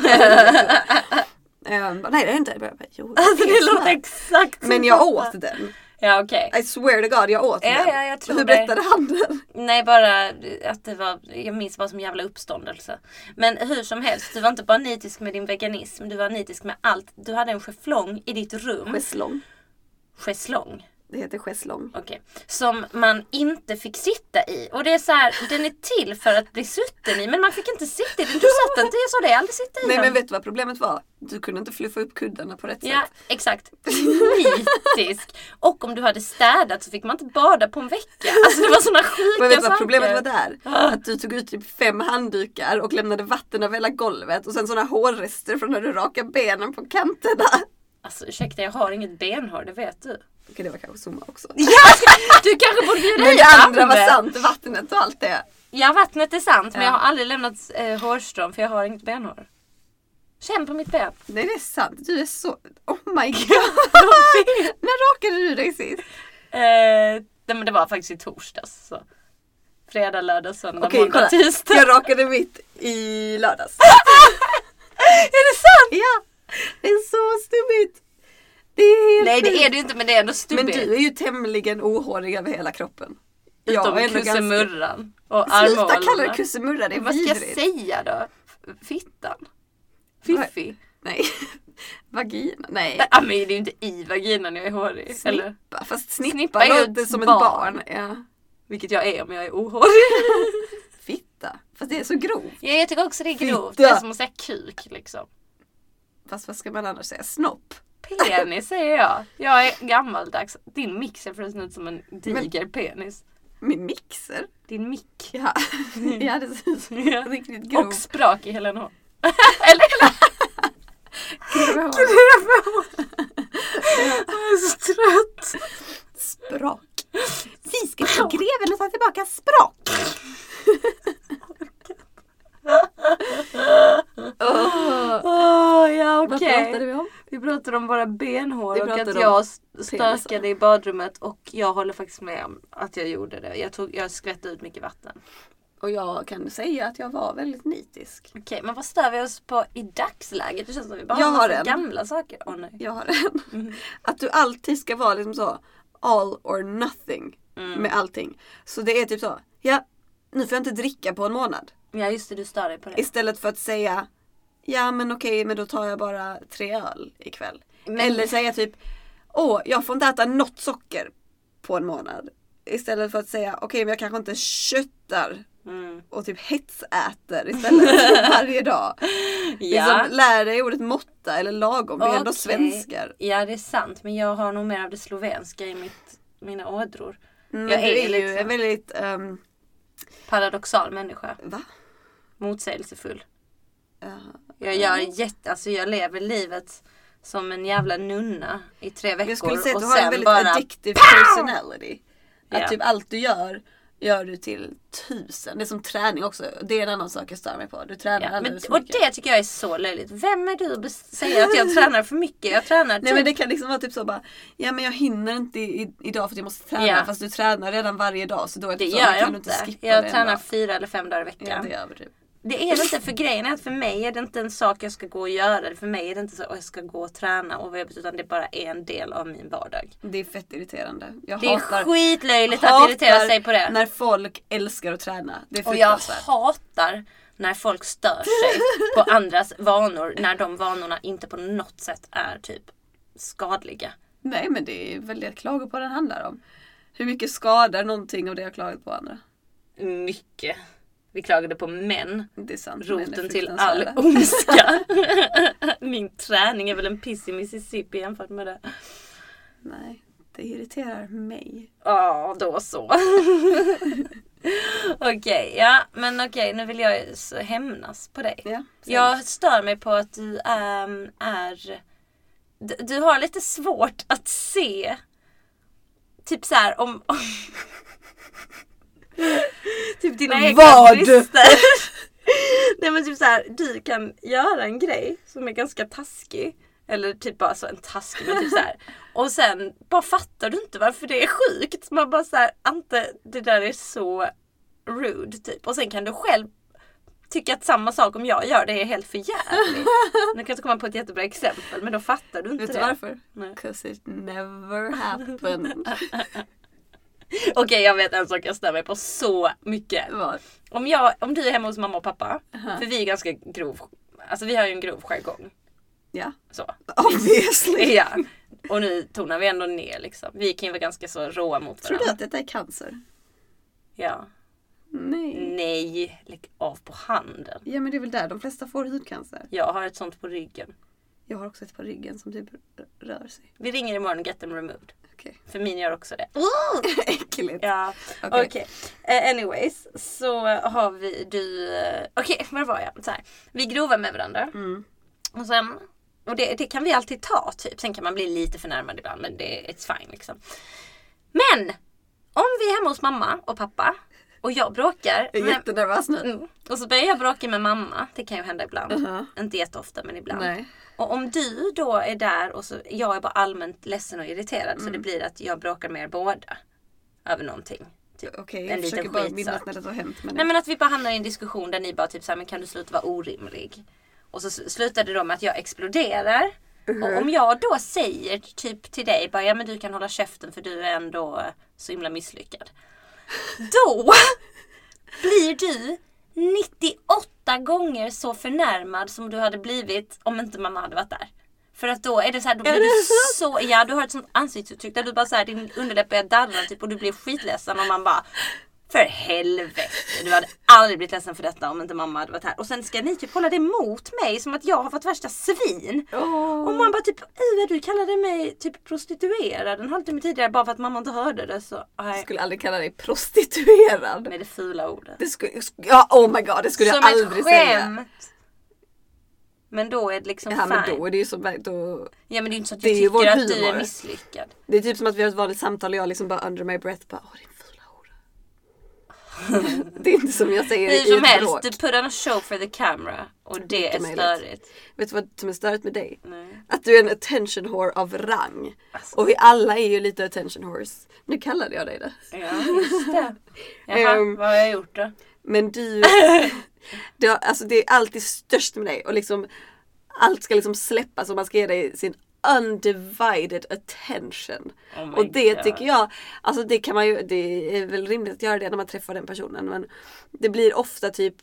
Speaker 1: Ehm, bara, nej det är inte. Jag bara, jo, det,
Speaker 2: (laughs) Alltså
Speaker 1: är
Speaker 2: det låter
Speaker 1: smör.
Speaker 2: exakt som
Speaker 1: Men jag
Speaker 2: pappa.
Speaker 1: åt den.
Speaker 2: Ja okej.
Speaker 1: I swear to God, jag åt
Speaker 2: Ja,
Speaker 1: den.
Speaker 2: ja, jag tror
Speaker 1: Hur
Speaker 2: det.
Speaker 1: berättade han
Speaker 2: (laughs)
Speaker 1: den?
Speaker 2: Nej bara att det var, jag minns bara som jävla uppståndelse. Men hur som helst, du var inte bara nitisk med din veganism, du var nitisk med allt. Du hade en schäflong i ditt rum.
Speaker 1: Schäslong.
Speaker 2: Schäslong.
Speaker 1: Det heter schäslong.
Speaker 2: Okej. Som man inte fick sitta i. Och det är så här, den är till för att bli sutten i men man fick inte sitta i den. Du satt inte i så det är aldrig sitta i
Speaker 1: Nej
Speaker 2: den.
Speaker 1: men vet du vad problemet var? Du kunde inte fluffa upp kuddarna på rätt
Speaker 2: Ja,
Speaker 1: sätt.
Speaker 2: exakt. Nitisk. Och om du hade städat så fick man inte bada på en vecka. Alltså det var såna sjuka
Speaker 1: Men vet du vad
Speaker 2: saker.
Speaker 1: problemet var där?
Speaker 2: Ah.
Speaker 1: Att du tog ut typ fem handdukar och lämnade vatten över hela golvet och sen sådana hårrester från när du rakade benen på kanterna. (laughs)
Speaker 2: Alltså ursäkta, jag har inget benhår, det vet du.
Speaker 1: Okej det var kanske summa också.
Speaker 2: Du kanske borde bjuda
Speaker 1: Men
Speaker 2: hit
Speaker 1: det andra var
Speaker 2: Anne.
Speaker 1: sant, vattnet och allt det.
Speaker 2: Ja, vattnet är sant men
Speaker 1: Ja.
Speaker 2: jag har aldrig lämnat eh, hårstrån för jag har inget benhår. Känn på mitt ben.
Speaker 1: Nej det är sant, du är så... Oh
Speaker 2: (laughs)
Speaker 1: my god! när rakade du dig sist?
Speaker 2: Eh, nej men det var faktiskt i torsdags. Så. Fredag, lördag, söndag,
Speaker 1: Okej
Speaker 2: måndag,
Speaker 1: kolla,
Speaker 2: tisdag.
Speaker 1: jag rakade mitt i lördags.
Speaker 2: (laughs) Är det sant?
Speaker 1: ja! Det är så stubbigt! Det är helt
Speaker 2: Nej det
Speaker 1: sjukt.
Speaker 2: är det ju inte men det är ändå
Speaker 1: Men
Speaker 2: stubbigt.
Speaker 1: du är ju tämligen ohårig över hela kroppen.
Speaker 2: Utom
Speaker 1: är ändå
Speaker 2: kussemurran och
Speaker 1: Sluta
Speaker 2: armhålorna.
Speaker 1: kalla det kussemurra, det är
Speaker 2: Vad ska jag
Speaker 1: vidrigt.
Speaker 2: säga då? F- Fittan? Fiffi?
Speaker 1: Nej. (laughs) Vagina? Nej.
Speaker 2: Ja men det är ju inte i vaginan jag är hårig. Eller?
Speaker 1: Snippa. Fast snippa,
Speaker 2: Snippa är ju
Speaker 1: låter
Speaker 2: ett
Speaker 1: som
Speaker 2: barn.
Speaker 1: ett barn. Ja.
Speaker 2: Vilket jag är om jag är ohårig.
Speaker 1: Fitta. Fast det är så grovt.
Speaker 2: (laughs) ja, jag tycker också det är grovt.
Speaker 1: Fitta.
Speaker 2: Det är som att säga kuk liksom.
Speaker 1: Fast vad ska man annars säga? Snopp?
Speaker 2: Penis säger jag. Jag är gammaldags. Din mix ser förresten ut som en diger penis.
Speaker 1: Min mixer?
Speaker 2: Din (laughs) mick.
Speaker 1: Ja, (laughs) ja det ser ut som en riktigt grov.
Speaker 2: Och sprak i Helen (laughs) H. Eller Helen
Speaker 1: Grov.
Speaker 2: Jag är så trött.
Speaker 1: Sprak. Vi ska till greven och ta tillbaka sprak. Åh,
Speaker 2: Åh ja
Speaker 1: Vad
Speaker 2: okej.
Speaker 1: pratade vi om?
Speaker 2: Vi pratade om våra benhår
Speaker 1: Vi
Speaker 2: och
Speaker 1: pratade
Speaker 2: att
Speaker 1: om
Speaker 2: jag
Speaker 1: penisar.
Speaker 2: stökade i badrummet och jag håller faktiskt med om att jag gjorde det. Jag, tog, jag skvätte ut mycket vatten.
Speaker 1: Och jag kan säga att jag var väldigt nitisk.
Speaker 2: Okej, men vad stör vi oss på i dagsläget? Det känns som vi bara
Speaker 1: Jag
Speaker 2: har
Speaker 1: har
Speaker 2: en massa
Speaker 1: en.
Speaker 2: gamla saker. Åh nej.
Speaker 1: Jag har en. Att du alltid ska vara liksom så all or nothing med allting. Så det är typ så, ja nu får jag inte dricka på en månad.
Speaker 2: Ja just det, du stör dig på det.
Speaker 1: Istället för att säga Ja men okej men då tar jag bara tre öl ikväll.
Speaker 2: Men-
Speaker 1: Eller säga typ Åh jag får inte äta något socker på en månad. Istället för att säga okej men jag kanske inte köttar
Speaker 2: Mm.
Speaker 1: och typ hetsäter
Speaker 2: (laughs)
Speaker 1: istället varje dag. Liksom, lär dig ordet måtta eller lagom. Vi är ändå
Speaker 2: Okej.
Speaker 1: svenskar.
Speaker 2: Ja det är sant, men jag har nog mer av det slovenska i mitt, mina ådror.
Speaker 1: Mm,
Speaker 2: jag
Speaker 1: du
Speaker 2: är,
Speaker 1: är
Speaker 2: lite
Speaker 1: ju
Speaker 2: så
Speaker 1: en väldigt ehm,
Speaker 2: paradoxal människa.
Speaker 1: Va?
Speaker 2: Motsägelsefull.
Speaker 1: Ja.
Speaker 2: Jag, gör
Speaker 1: Mm.
Speaker 2: jätte, alltså jag lever livet som en jävla nunna i tre veckor.
Speaker 1: Jag skulle säga att du
Speaker 2: och
Speaker 1: har en
Speaker 2: sen
Speaker 1: väldigt
Speaker 2: bara-
Speaker 1: addictive personality. Att
Speaker 2: Ja.
Speaker 1: typ allt du gör, gör du till tusen. Det är som träning också. Det är en annan sak jag stör mig på. Du tränar
Speaker 2: Ja, men,
Speaker 1: alldeles för
Speaker 2: och
Speaker 1: mycket.
Speaker 2: det tycker jag är så löjligt. Vem är du att bes- säga att jag tränar för mycket? Jag tränar
Speaker 1: Nej men
Speaker 2: typ-
Speaker 1: det kan liksom vara typ så bara, ja men jag hinner inte i, i, idag för att jag måste träna.
Speaker 2: Ja.
Speaker 1: Fast du tränar redan varje dag så då är det, typ
Speaker 2: det
Speaker 1: så,
Speaker 2: gör
Speaker 1: kan
Speaker 2: jag
Speaker 1: du
Speaker 2: inte.
Speaker 1: inte skippa det
Speaker 2: Jag
Speaker 1: en
Speaker 2: tränar
Speaker 1: dag.
Speaker 2: fyra eller fem dagar i veckan.
Speaker 1: Ja, det gör vi typ.
Speaker 2: Det är det inte för grejen är att för mig är det inte en sak jag ska gå och göra. För mig är det inte så att jag ska gå och träna och vara jobbigt, utan det är bara en del av min vardag.
Speaker 1: Det är fett irriterande. Jag
Speaker 2: Det är
Speaker 1: hatar,
Speaker 2: skitlöjligt att
Speaker 1: hatar
Speaker 2: irritera sig på det.
Speaker 1: när folk älskar att träna. Det är
Speaker 2: Och jag
Speaker 1: fruktansvärt.
Speaker 2: hatar när folk stör sig (laughs) på andras vanor när de vanorna inte på något sätt är typ skadliga.
Speaker 1: Nej men det är väl det klagor på den handlar om. Hur mycket skadar någonting av det jag klagat på andra?
Speaker 2: Mycket. Vi klagade på män.
Speaker 1: Det är sant. men det är
Speaker 2: Roten till all
Speaker 1: fruktansvärda.
Speaker 2: (laughs) ondska. Min träning är väl en piss i Mississippi jämfört med det.
Speaker 1: Nej, det irriterar mig.
Speaker 2: Ja, då så. (laughs) okej, ja men okej nu vill jag s- hämnas på dig.
Speaker 1: Ja,
Speaker 2: Jag stör mig på att du ehm, är... Du, du har lite svårt att se... Typ så här om... om (laughs) typ dina egna
Speaker 1: Vad?
Speaker 2: brister. (laughs) Nej men typ så här, du kan göra en grej som är ganska taskig. Eller typ bara så en taskig men typ så (laughs) här. Och sen bara fattar du inte varför det är sjukt. Man bara så här, Ante det där är så rude typ. Och sen kan du själv tycka att samma sak om jag gör det är helt förjävligt. nu kan jag inte komma på ett jättebra exempel men då fattar du inte
Speaker 1: Vet du
Speaker 2: det.
Speaker 1: varför?
Speaker 2: Nej.
Speaker 1: Cause it never happened.
Speaker 2: (laughs) Okej jag vet en sak jag stör mig på så mycket.
Speaker 1: Vad?
Speaker 2: Om, jag, om du är hemma hos mamma och pappa, för vi är ganska grov, alltså vi har ju en grov jargong.
Speaker 1: Ja.
Speaker 2: Så. (laughs)
Speaker 1: Obviously.
Speaker 2: Ja. Och nu tonar vi ändå ner liksom. Vi kan ju vara ganska så råa mot
Speaker 1: Tror du
Speaker 2: varandra.
Speaker 1: att detta är cancer?
Speaker 2: Ja.
Speaker 1: Nej.
Speaker 2: Nej, lägg av på handen.
Speaker 1: Ja men det är väl där de flesta får hudcancer.
Speaker 2: Jag har ett sånt på ryggen.
Speaker 1: Jag har också ett på ryggen som typ r- rör sig.
Speaker 2: Vi ringer imorgon och get them removed.
Speaker 1: Okej.
Speaker 2: För min gör också det.
Speaker 1: (laughs) Äckligt.
Speaker 2: Ja, okej.
Speaker 1: Okej.
Speaker 2: Eh, anyways, så har vi du... eh, Okej, var var jag? Så här. Vi är grova med varandra.
Speaker 1: Mm.
Speaker 2: Och, sen, och det, det kan vi alltid ta typ. Sen kan man bli lite förnärmad ibland men det it's fine liksom. Men! Om vi är hemma hos mamma och pappa och jag bråkar.
Speaker 1: Jag är
Speaker 2: Med,
Speaker 1: jättenervös nu.
Speaker 2: mm, och så börjar jag bråka med mamma. Det kan ju hända ibland.
Speaker 1: Uh-huh.
Speaker 2: Inte jätteofta men ibland.
Speaker 1: Nej.
Speaker 2: Och om du då är där och så, jag är bara allmänt ledsen och irriterad så
Speaker 1: Mm.
Speaker 2: det blir att jag bråkar med er båda. Över någonting. Typ.
Speaker 1: Okej,
Speaker 2: En
Speaker 1: jag
Speaker 2: liten
Speaker 1: försöker bara
Speaker 2: skitsak.
Speaker 1: minnas när det har hänt. Men
Speaker 2: Nej men att vi bara hamnar i en diskussion där ni bara typ såhär, men kan du sluta vara orimlig? Och så s- slutar det då med att jag exploderar. Och om jag då säger typ till dig bara, ja men du kan hålla käften för du är ändå så himla misslyckad. Då blir du 98 gånger så förnärmad som du hade blivit om inte mamma hade varit där. För att då är det så här, då blir
Speaker 1: Är
Speaker 2: du
Speaker 1: det sant?
Speaker 2: så, ja du har ett sånt ansiktsuttryck där du bara så här, din underläpp börjar darra typ och du blir skitledsen och man bara för helvete, du hade aldrig blivit ledsen för detta om inte mamma hade varit här. Och sen ska ni typ hålla det mot mig som att jag har varit värsta svin.
Speaker 1: Åh.
Speaker 2: Och man bara typ, "Ey, vad du kallade mig typ prostituerad en halvtimme tidigare bara för att mamma inte hörde det så,
Speaker 1: Jag
Speaker 2: nej.
Speaker 1: skulle aldrig kalla dig prostituerad.
Speaker 2: Med det fula ordet.
Speaker 1: Det skulle, sk- ja, oh my god, det skulle
Speaker 2: som
Speaker 1: jag aldrig
Speaker 2: ett
Speaker 1: säga.
Speaker 2: skämt. Men då är det liksom
Speaker 1: Ja, men
Speaker 2: fine.
Speaker 1: då är det ju så, då,
Speaker 2: Ja men det är inte så att
Speaker 1: Det
Speaker 2: du
Speaker 1: är ju vår
Speaker 2: tycker att du
Speaker 1: humor.
Speaker 2: är misslyckad.
Speaker 1: Det är typ som att vi har ett vanligt samtal och jag liksom bara under my breath bara åh din fula (laughs) hora. det är inte som jag säger i
Speaker 2: Hur som
Speaker 1: ett
Speaker 2: helst,
Speaker 1: bråk.
Speaker 2: du put on a show for the camera. Och det
Speaker 1: Mycket
Speaker 2: är
Speaker 1: möjligt.
Speaker 2: störigt.
Speaker 1: Vet du vad som är störigt med dig?
Speaker 2: Nej.
Speaker 1: Att du är en attention whore av rang.
Speaker 2: Alltså.
Speaker 1: Och vi alla är ju lite attention whores. Nu kallade jag dig det.
Speaker 2: Ja,
Speaker 1: (laughs)
Speaker 2: just det. Jaha,
Speaker 1: Ehm.
Speaker 2: vad har jag gjort då?
Speaker 1: Men
Speaker 2: (laughs)
Speaker 1: du, det, har- alltså det är alltid störst med dig och liksom allt ska liksom släppas och man ska ge dig sin undivided attention.
Speaker 2: Oh my
Speaker 1: och det
Speaker 2: God.
Speaker 1: tycker jag, alltså det kan man ju, det är väl rimligt att göra det när man träffar den personen men det blir ofta typ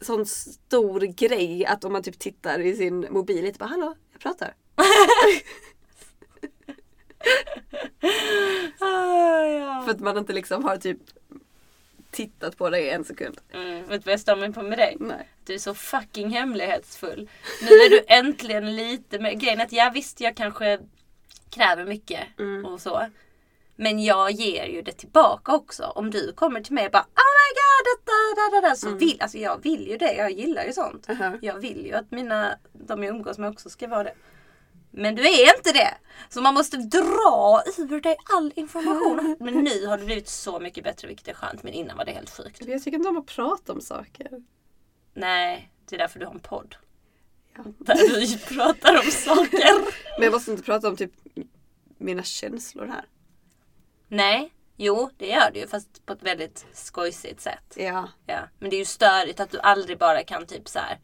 Speaker 1: sån stor grej att om man typ tittar i sin mobil lite bara hallå, jag pratar.
Speaker 2: Ah, ja.
Speaker 1: För att man inte liksom har typ tittat på dig i en sekund.
Speaker 2: mm, vet du vad jag stör mig på med dig?
Speaker 1: Nej.
Speaker 2: Du är så fucking hemlighetsfull. Nu är du äntligen lite med grejen är att jag visst jag kanske kräver mycket och så. Men jag ger ju det tillbaka också. Om du kommer till mig och bara Oh my god detta, da, da, da, så vill, alltså jag vill ju det. Jag gillar ju sånt.
Speaker 1: Aha.
Speaker 2: Jag vill ju att mina, de jag umgås med också ska vara det. Men du är inte det! Så man måste dra ur dig all information. Men nu har det blivit så mycket bättre vilket är skönt. Men innan var det helt sjukt.
Speaker 1: Jag tycker inte om att prata om saker.
Speaker 2: Nej, det är därför du har en podd.
Speaker 1: Ja.
Speaker 2: Där du ju pratar om saker.
Speaker 1: Men jag måste inte prata om typ mina känslor här.
Speaker 2: Nej, jo det gör du ju fast på ett väldigt skojsigt sätt.
Speaker 1: Ja.
Speaker 2: Ja. Men det är ju störigt att du aldrig bara kan typ så här.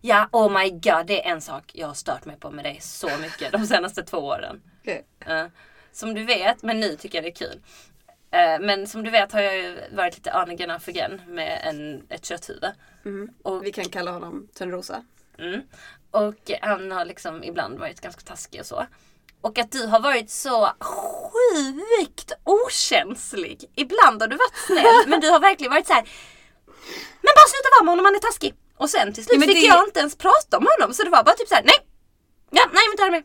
Speaker 2: Ja, oh my god, det är en sak jag har stört mig på med dig så mycket de senaste två åren.
Speaker 1: Okej.
Speaker 2: Ja. Som du vet, men nu tycker jag det är kul. Eh, Men som du vet har jag ju varit lite on again, off again med en, ett kötthuvud. Och
Speaker 1: Vi kan kalla honom Törnrosa.
Speaker 2: Mm. Och han har liksom ibland varit ganska taskig och så. Och att du har varit så sjukt okänslig. Ibland har du varit
Speaker 1: (laughs)
Speaker 2: snäll men du har verkligen varit så här. Men bara sluta vara med honom, han är taskig. Och sen till slut
Speaker 1: Ja, men
Speaker 2: fick
Speaker 1: det-
Speaker 2: jag inte ens prata om honom så det var bara typ så här: nej! Ja, nej jag vill inte ha det med.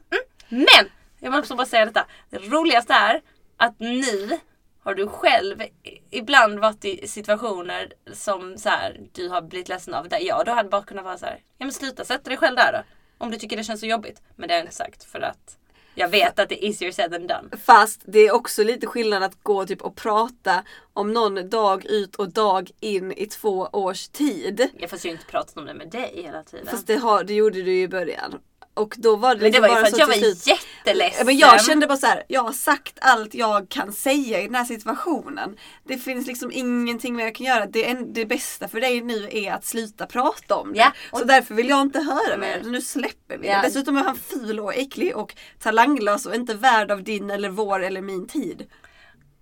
Speaker 2: Mm. Men! Jag måste bara säga detta. Det roligaste är att nu har du själv i- ibland varit i situationer som så här, du har blivit ledsen av. Där jag då hade bara kunnat vara så här. ja men sluta sätta dig själv där då. Om du tycker det känns så jobbigt. Men det har jag inte sagt för att jag vet att det är easier said than done.
Speaker 1: Fast det är också lite skillnad att gå typ och prata om någon dag ut och dag in i två års tid.
Speaker 2: Jag fast jag har inte pratat om det med dig hela tiden.
Speaker 1: Fast det, har, det gjorde du ju i början. Och då var det
Speaker 2: men det
Speaker 1: liksom
Speaker 2: var ju
Speaker 1: bara
Speaker 2: för att
Speaker 1: så
Speaker 2: jag var
Speaker 1: till slut.
Speaker 2: jätteledsen.
Speaker 1: Men jag kände bara så här, jag har sagt allt jag kan säga i den här situationen. Det finns liksom ingenting mer jag kan göra. Det, en, det bästa för dig nu är att sluta prata om det.
Speaker 2: Ja, och-
Speaker 1: Så därför vill jag inte höra mer.
Speaker 2: Nej.
Speaker 1: Nu släpper vi
Speaker 2: Ja.
Speaker 1: det. Dessutom är han ful och äcklig och talanglös och inte värd av din eller vår eller min tid.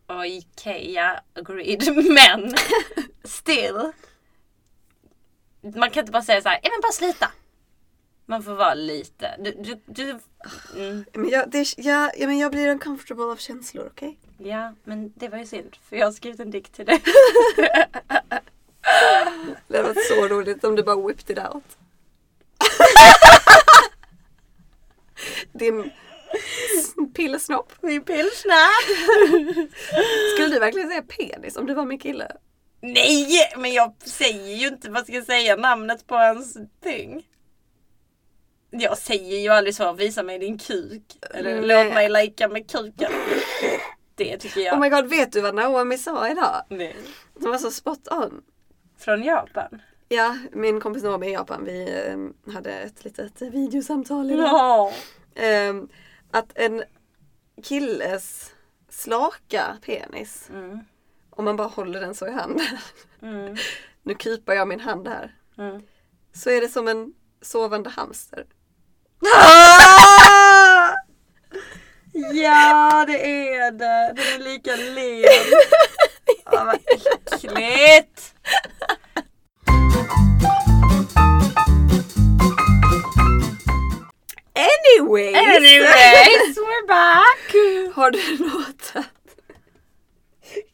Speaker 2: Okej, ja, agreed. (laughs) Men still. Man kan inte bara säga så här, "Eh, men bara sluta. Man får vara lite. Du, du, du, mm,
Speaker 1: Men jag, det, jag, ja, men jag blir uncomfortable av känslor, okej?
Speaker 2: ja, men det var ju synd för jag har skrivit en dikt
Speaker 1: (laughs)
Speaker 2: till dig.
Speaker 1: Det hade varit så roligt om du bara whipped it out. (laughs) Din pillesnopp.
Speaker 2: Min pilsner.
Speaker 1: Skulle du verkligen säga penis om du var min kille?
Speaker 2: Nej, men jag säger ju inte vad ska jag säga namnet på hans ting. Jag säger ju aldrig så, visa mig din kuk. Eller
Speaker 1: Mm, Nej.
Speaker 2: låt mig leka med kuken. Det tycker jag.
Speaker 1: Oh my god, vet du vad Naomi sa idag?
Speaker 2: Nej.
Speaker 1: Det var så spot on.
Speaker 2: Från Japan.
Speaker 1: Ja, min kompis Naomi i Japan, vi eh, hade ett litet videosamtal idag.
Speaker 2: Ja.
Speaker 1: Ehm, att en killes slaka penis,
Speaker 2: Mm.
Speaker 1: om man bara håller den så i handen.
Speaker 2: Mm.
Speaker 1: (laughs) Nu krypar jag min hand här.
Speaker 2: Mm.
Speaker 1: så är det som en sovande hamster.
Speaker 2: Ah! Ja, det är det. Den är lika len. Ja, vad äckligt.
Speaker 1: Anyway!
Speaker 2: Anyways, we're back.
Speaker 1: Har du något att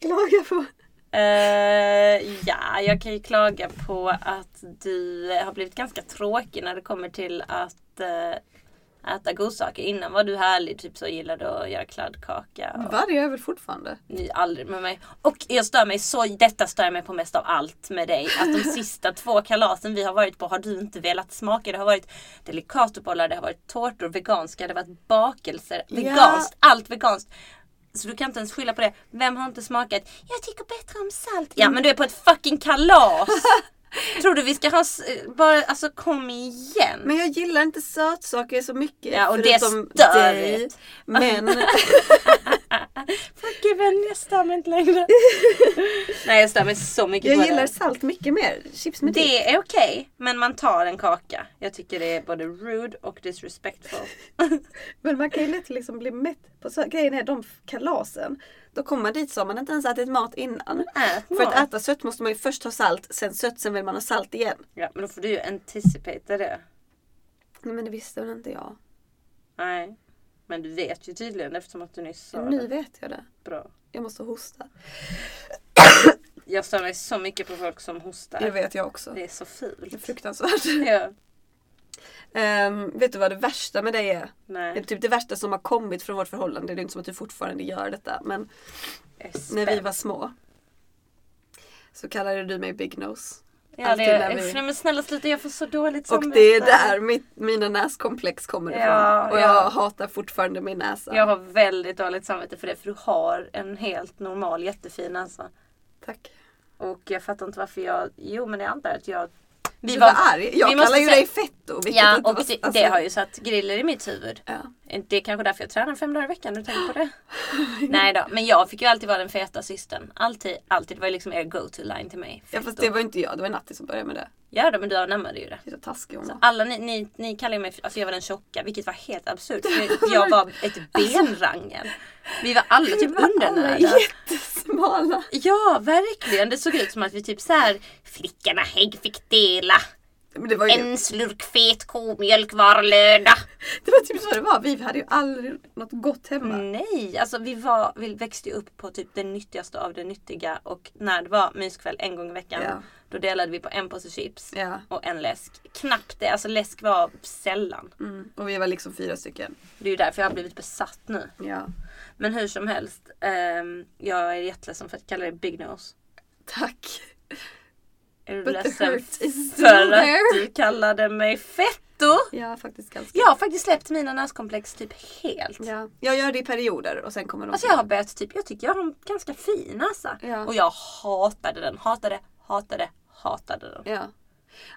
Speaker 1: (laughs) klaga på?
Speaker 2: Eh, ja, jag kan ju klaga på att du har blivit ganska tråkig när det kommer till att eh, äta godsaker. Innan var du härlig, typ så gillade du att göra kladdkaka. och-
Speaker 1: Va, det gör jag väl fortfarande?
Speaker 2: ni aldrig med mig. Och jag stör mig så, detta stör jag mig på mest av allt med dig. Att de sista två kalasen vi har varit på har du inte velat smaka. Det har varit delikatobollar, det har varit tårtor, veganska, det har varit bakelser.
Speaker 1: Ja.
Speaker 2: Veganskt, allt veganskt. Så du kan inte ens skylla på det. Vem har inte smakat? Jag tycker bättre om salt. Ja men du är på ett fucking (laughs) kalas! Tror du vi ska ha, s- bara, alltså kom igen.
Speaker 1: Men jag gillar inte sötsaker så mycket
Speaker 2: Ja, och det är
Speaker 1: förutom dig.
Speaker 2: störigt. (laughs)
Speaker 1: Men
Speaker 2: Fuck even, jag stör mig inte längre. (laughs) Nej jag stör mig så mycket på
Speaker 1: jag
Speaker 2: det.
Speaker 1: gillar salt mycket mer. Chips med dill.
Speaker 2: Det är okej, men man tar en kaka. Jag tycker det är både rude och
Speaker 1: (laughs)
Speaker 2: disrespectful.
Speaker 1: Men man kan ju lätt liksom bli mätt på sö- Grejen är de kalasen, då kommer man dit så har man inte ens ätit mat innan.
Speaker 2: Ät
Speaker 1: För
Speaker 2: mat.
Speaker 1: att äta sött måste man ju först ha salt, sen sött, sen vill man ha salt igen.
Speaker 2: Ja, men då får du ju anticipata det.
Speaker 1: Nej men det visste väl inte jag.
Speaker 2: Nej. Men du vet ju tydligen eftersom att du nyss sa
Speaker 1: Nu
Speaker 2: det.
Speaker 1: vet jag det.
Speaker 2: Bra.
Speaker 1: Jag måste hosta.
Speaker 2: Jag stör mig så mycket på folk som hostar.
Speaker 1: Det vet jag också.
Speaker 2: Det är så
Speaker 1: Det är
Speaker 2: fult.
Speaker 1: fruktansvärt.
Speaker 2: Ja.
Speaker 1: Ehm, vet du vad det värsta med dig är? Det är
Speaker 2: Nej.
Speaker 1: typ det värsta som har kommit från vårt förhållande. Det är inte som att du fortfarande gör detta. Men
Speaker 2: Jag är
Speaker 1: när vi
Speaker 2: spänd.
Speaker 1: var små. Så kallade du mig Big Nose.
Speaker 2: ja, det
Speaker 1: alltid
Speaker 2: är,
Speaker 1: när vi-
Speaker 2: Nej men snälla sluta, jag får så dåligt
Speaker 1: Och
Speaker 2: samvete.
Speaker 1: det är där mitt, mina näskomplex kommer ifrån.
Speaker 2: Ja,
Speaker 1: och jag
Speaker 2: ja.
Speaker 1: hatar fortfarande min näsa.
Speaker 2: Jag har väldigt dåligt samvete för det för du har en helt normal jättefin näsa.
Speaker 1: Tack.
Speaker 2: Och jag fattar inte varför jag... Jo men jag antar att jag... Vi
Speaker 1: du var, arg. Jag
Speaker 2: vi måste
Speaker 1: kallar ju
Speaker 2: säga-
Speaker 1: dig fetto. (laughs) vilket
Speaker 2: Ja,
Speaker 1: inte
Speaker 2: och
Speaker 1: var-
Speaker 2: det,
Speaker 1: alltså-
Speaker 2: det har ju satt griller i mitt huvud.
Speaker 1: Ja.
Speaker 2: Det är kanske därför jag tränar fem dagar i veckan, du
Speaker 1: (laughs)
Speaker 2: tänker på det? Nej då, men jag fick ju alltid vara den feta systern. Alltid, alltid. Det var ju liksom er go-to line till mig.
Speaker 1: ja, fast det var inte jag. Det var Natti som började med det.
Speaker 2: Ja då, men du anammade ju det.
Speaker 1: Titta taskig hon var.
Speaker 2: Alla ni, ni, ni kallade ju mig, alltså jag var den tjocka, vilket var helt absurt. För jag var
Speaker 1: (laughs)
Speaker 2: ett
Speaker 1: Alltså-
Speaker 2: benrangel. Vi var alla typ
Speaker 1: Alla
Speaker 2: undernärda.
Speaker 1: jättesmala.
Speaker 2: Ja, verkligen. Det såg ut som att vi typ så här flickorna Hägg fick dela.
Speaker 1: Men det var ju...
Speaker 2: En slurk fet komjölk var lördag.
Speaker 1: Det var typ så det var. Vi hade ju aldrig något gott hemma.
Speaker 2: Nej, alltså vi, var, vi växte ju upp på typ det nyttigaste av det nyttiga och när det var myskväll en gång i veckan
Speaker 1: Ja.
Speaker 2: då delade vi på en påse chips
Speaker 1: Ja.
Speaker 2: och en läsk. Knappt det, alltså läsk var sällan.
Speaker 1: Mm. Och vi var liksom fyra stycken.
Speaker 2: Det är ju därför jag har blivit besatt nu.
Speaker 1: Ja.
Speaker 2: Men hur som helst, ehm, jag är jätteledsen för att kalla dig Big Nose.
Speaker 1: Tack.
Speaker 2: Är du
Speaker 1: But the
Speaker 2: ledsen
Speaker 1: hurt is still
Speaker 2: för att
Speaker 1: there.
Speaker 2: du kallade mig fetto?
Speaker 1: Ja, faktiskt ganska.
Speaker 2: Jag har faktiskt släppt mina näskomplex typ helt.
Speaker 1: Ja. Jag gör det i perioder och sen kommer de.
Speaker 2: Alltså jag har börjat typ, jag tycker jag har en ganska fin näsa.
Speaker 1: Ja.
Speaker 2: Och jag hatade den, hatade, hatade, hatade den.
Speaker 1: Ja.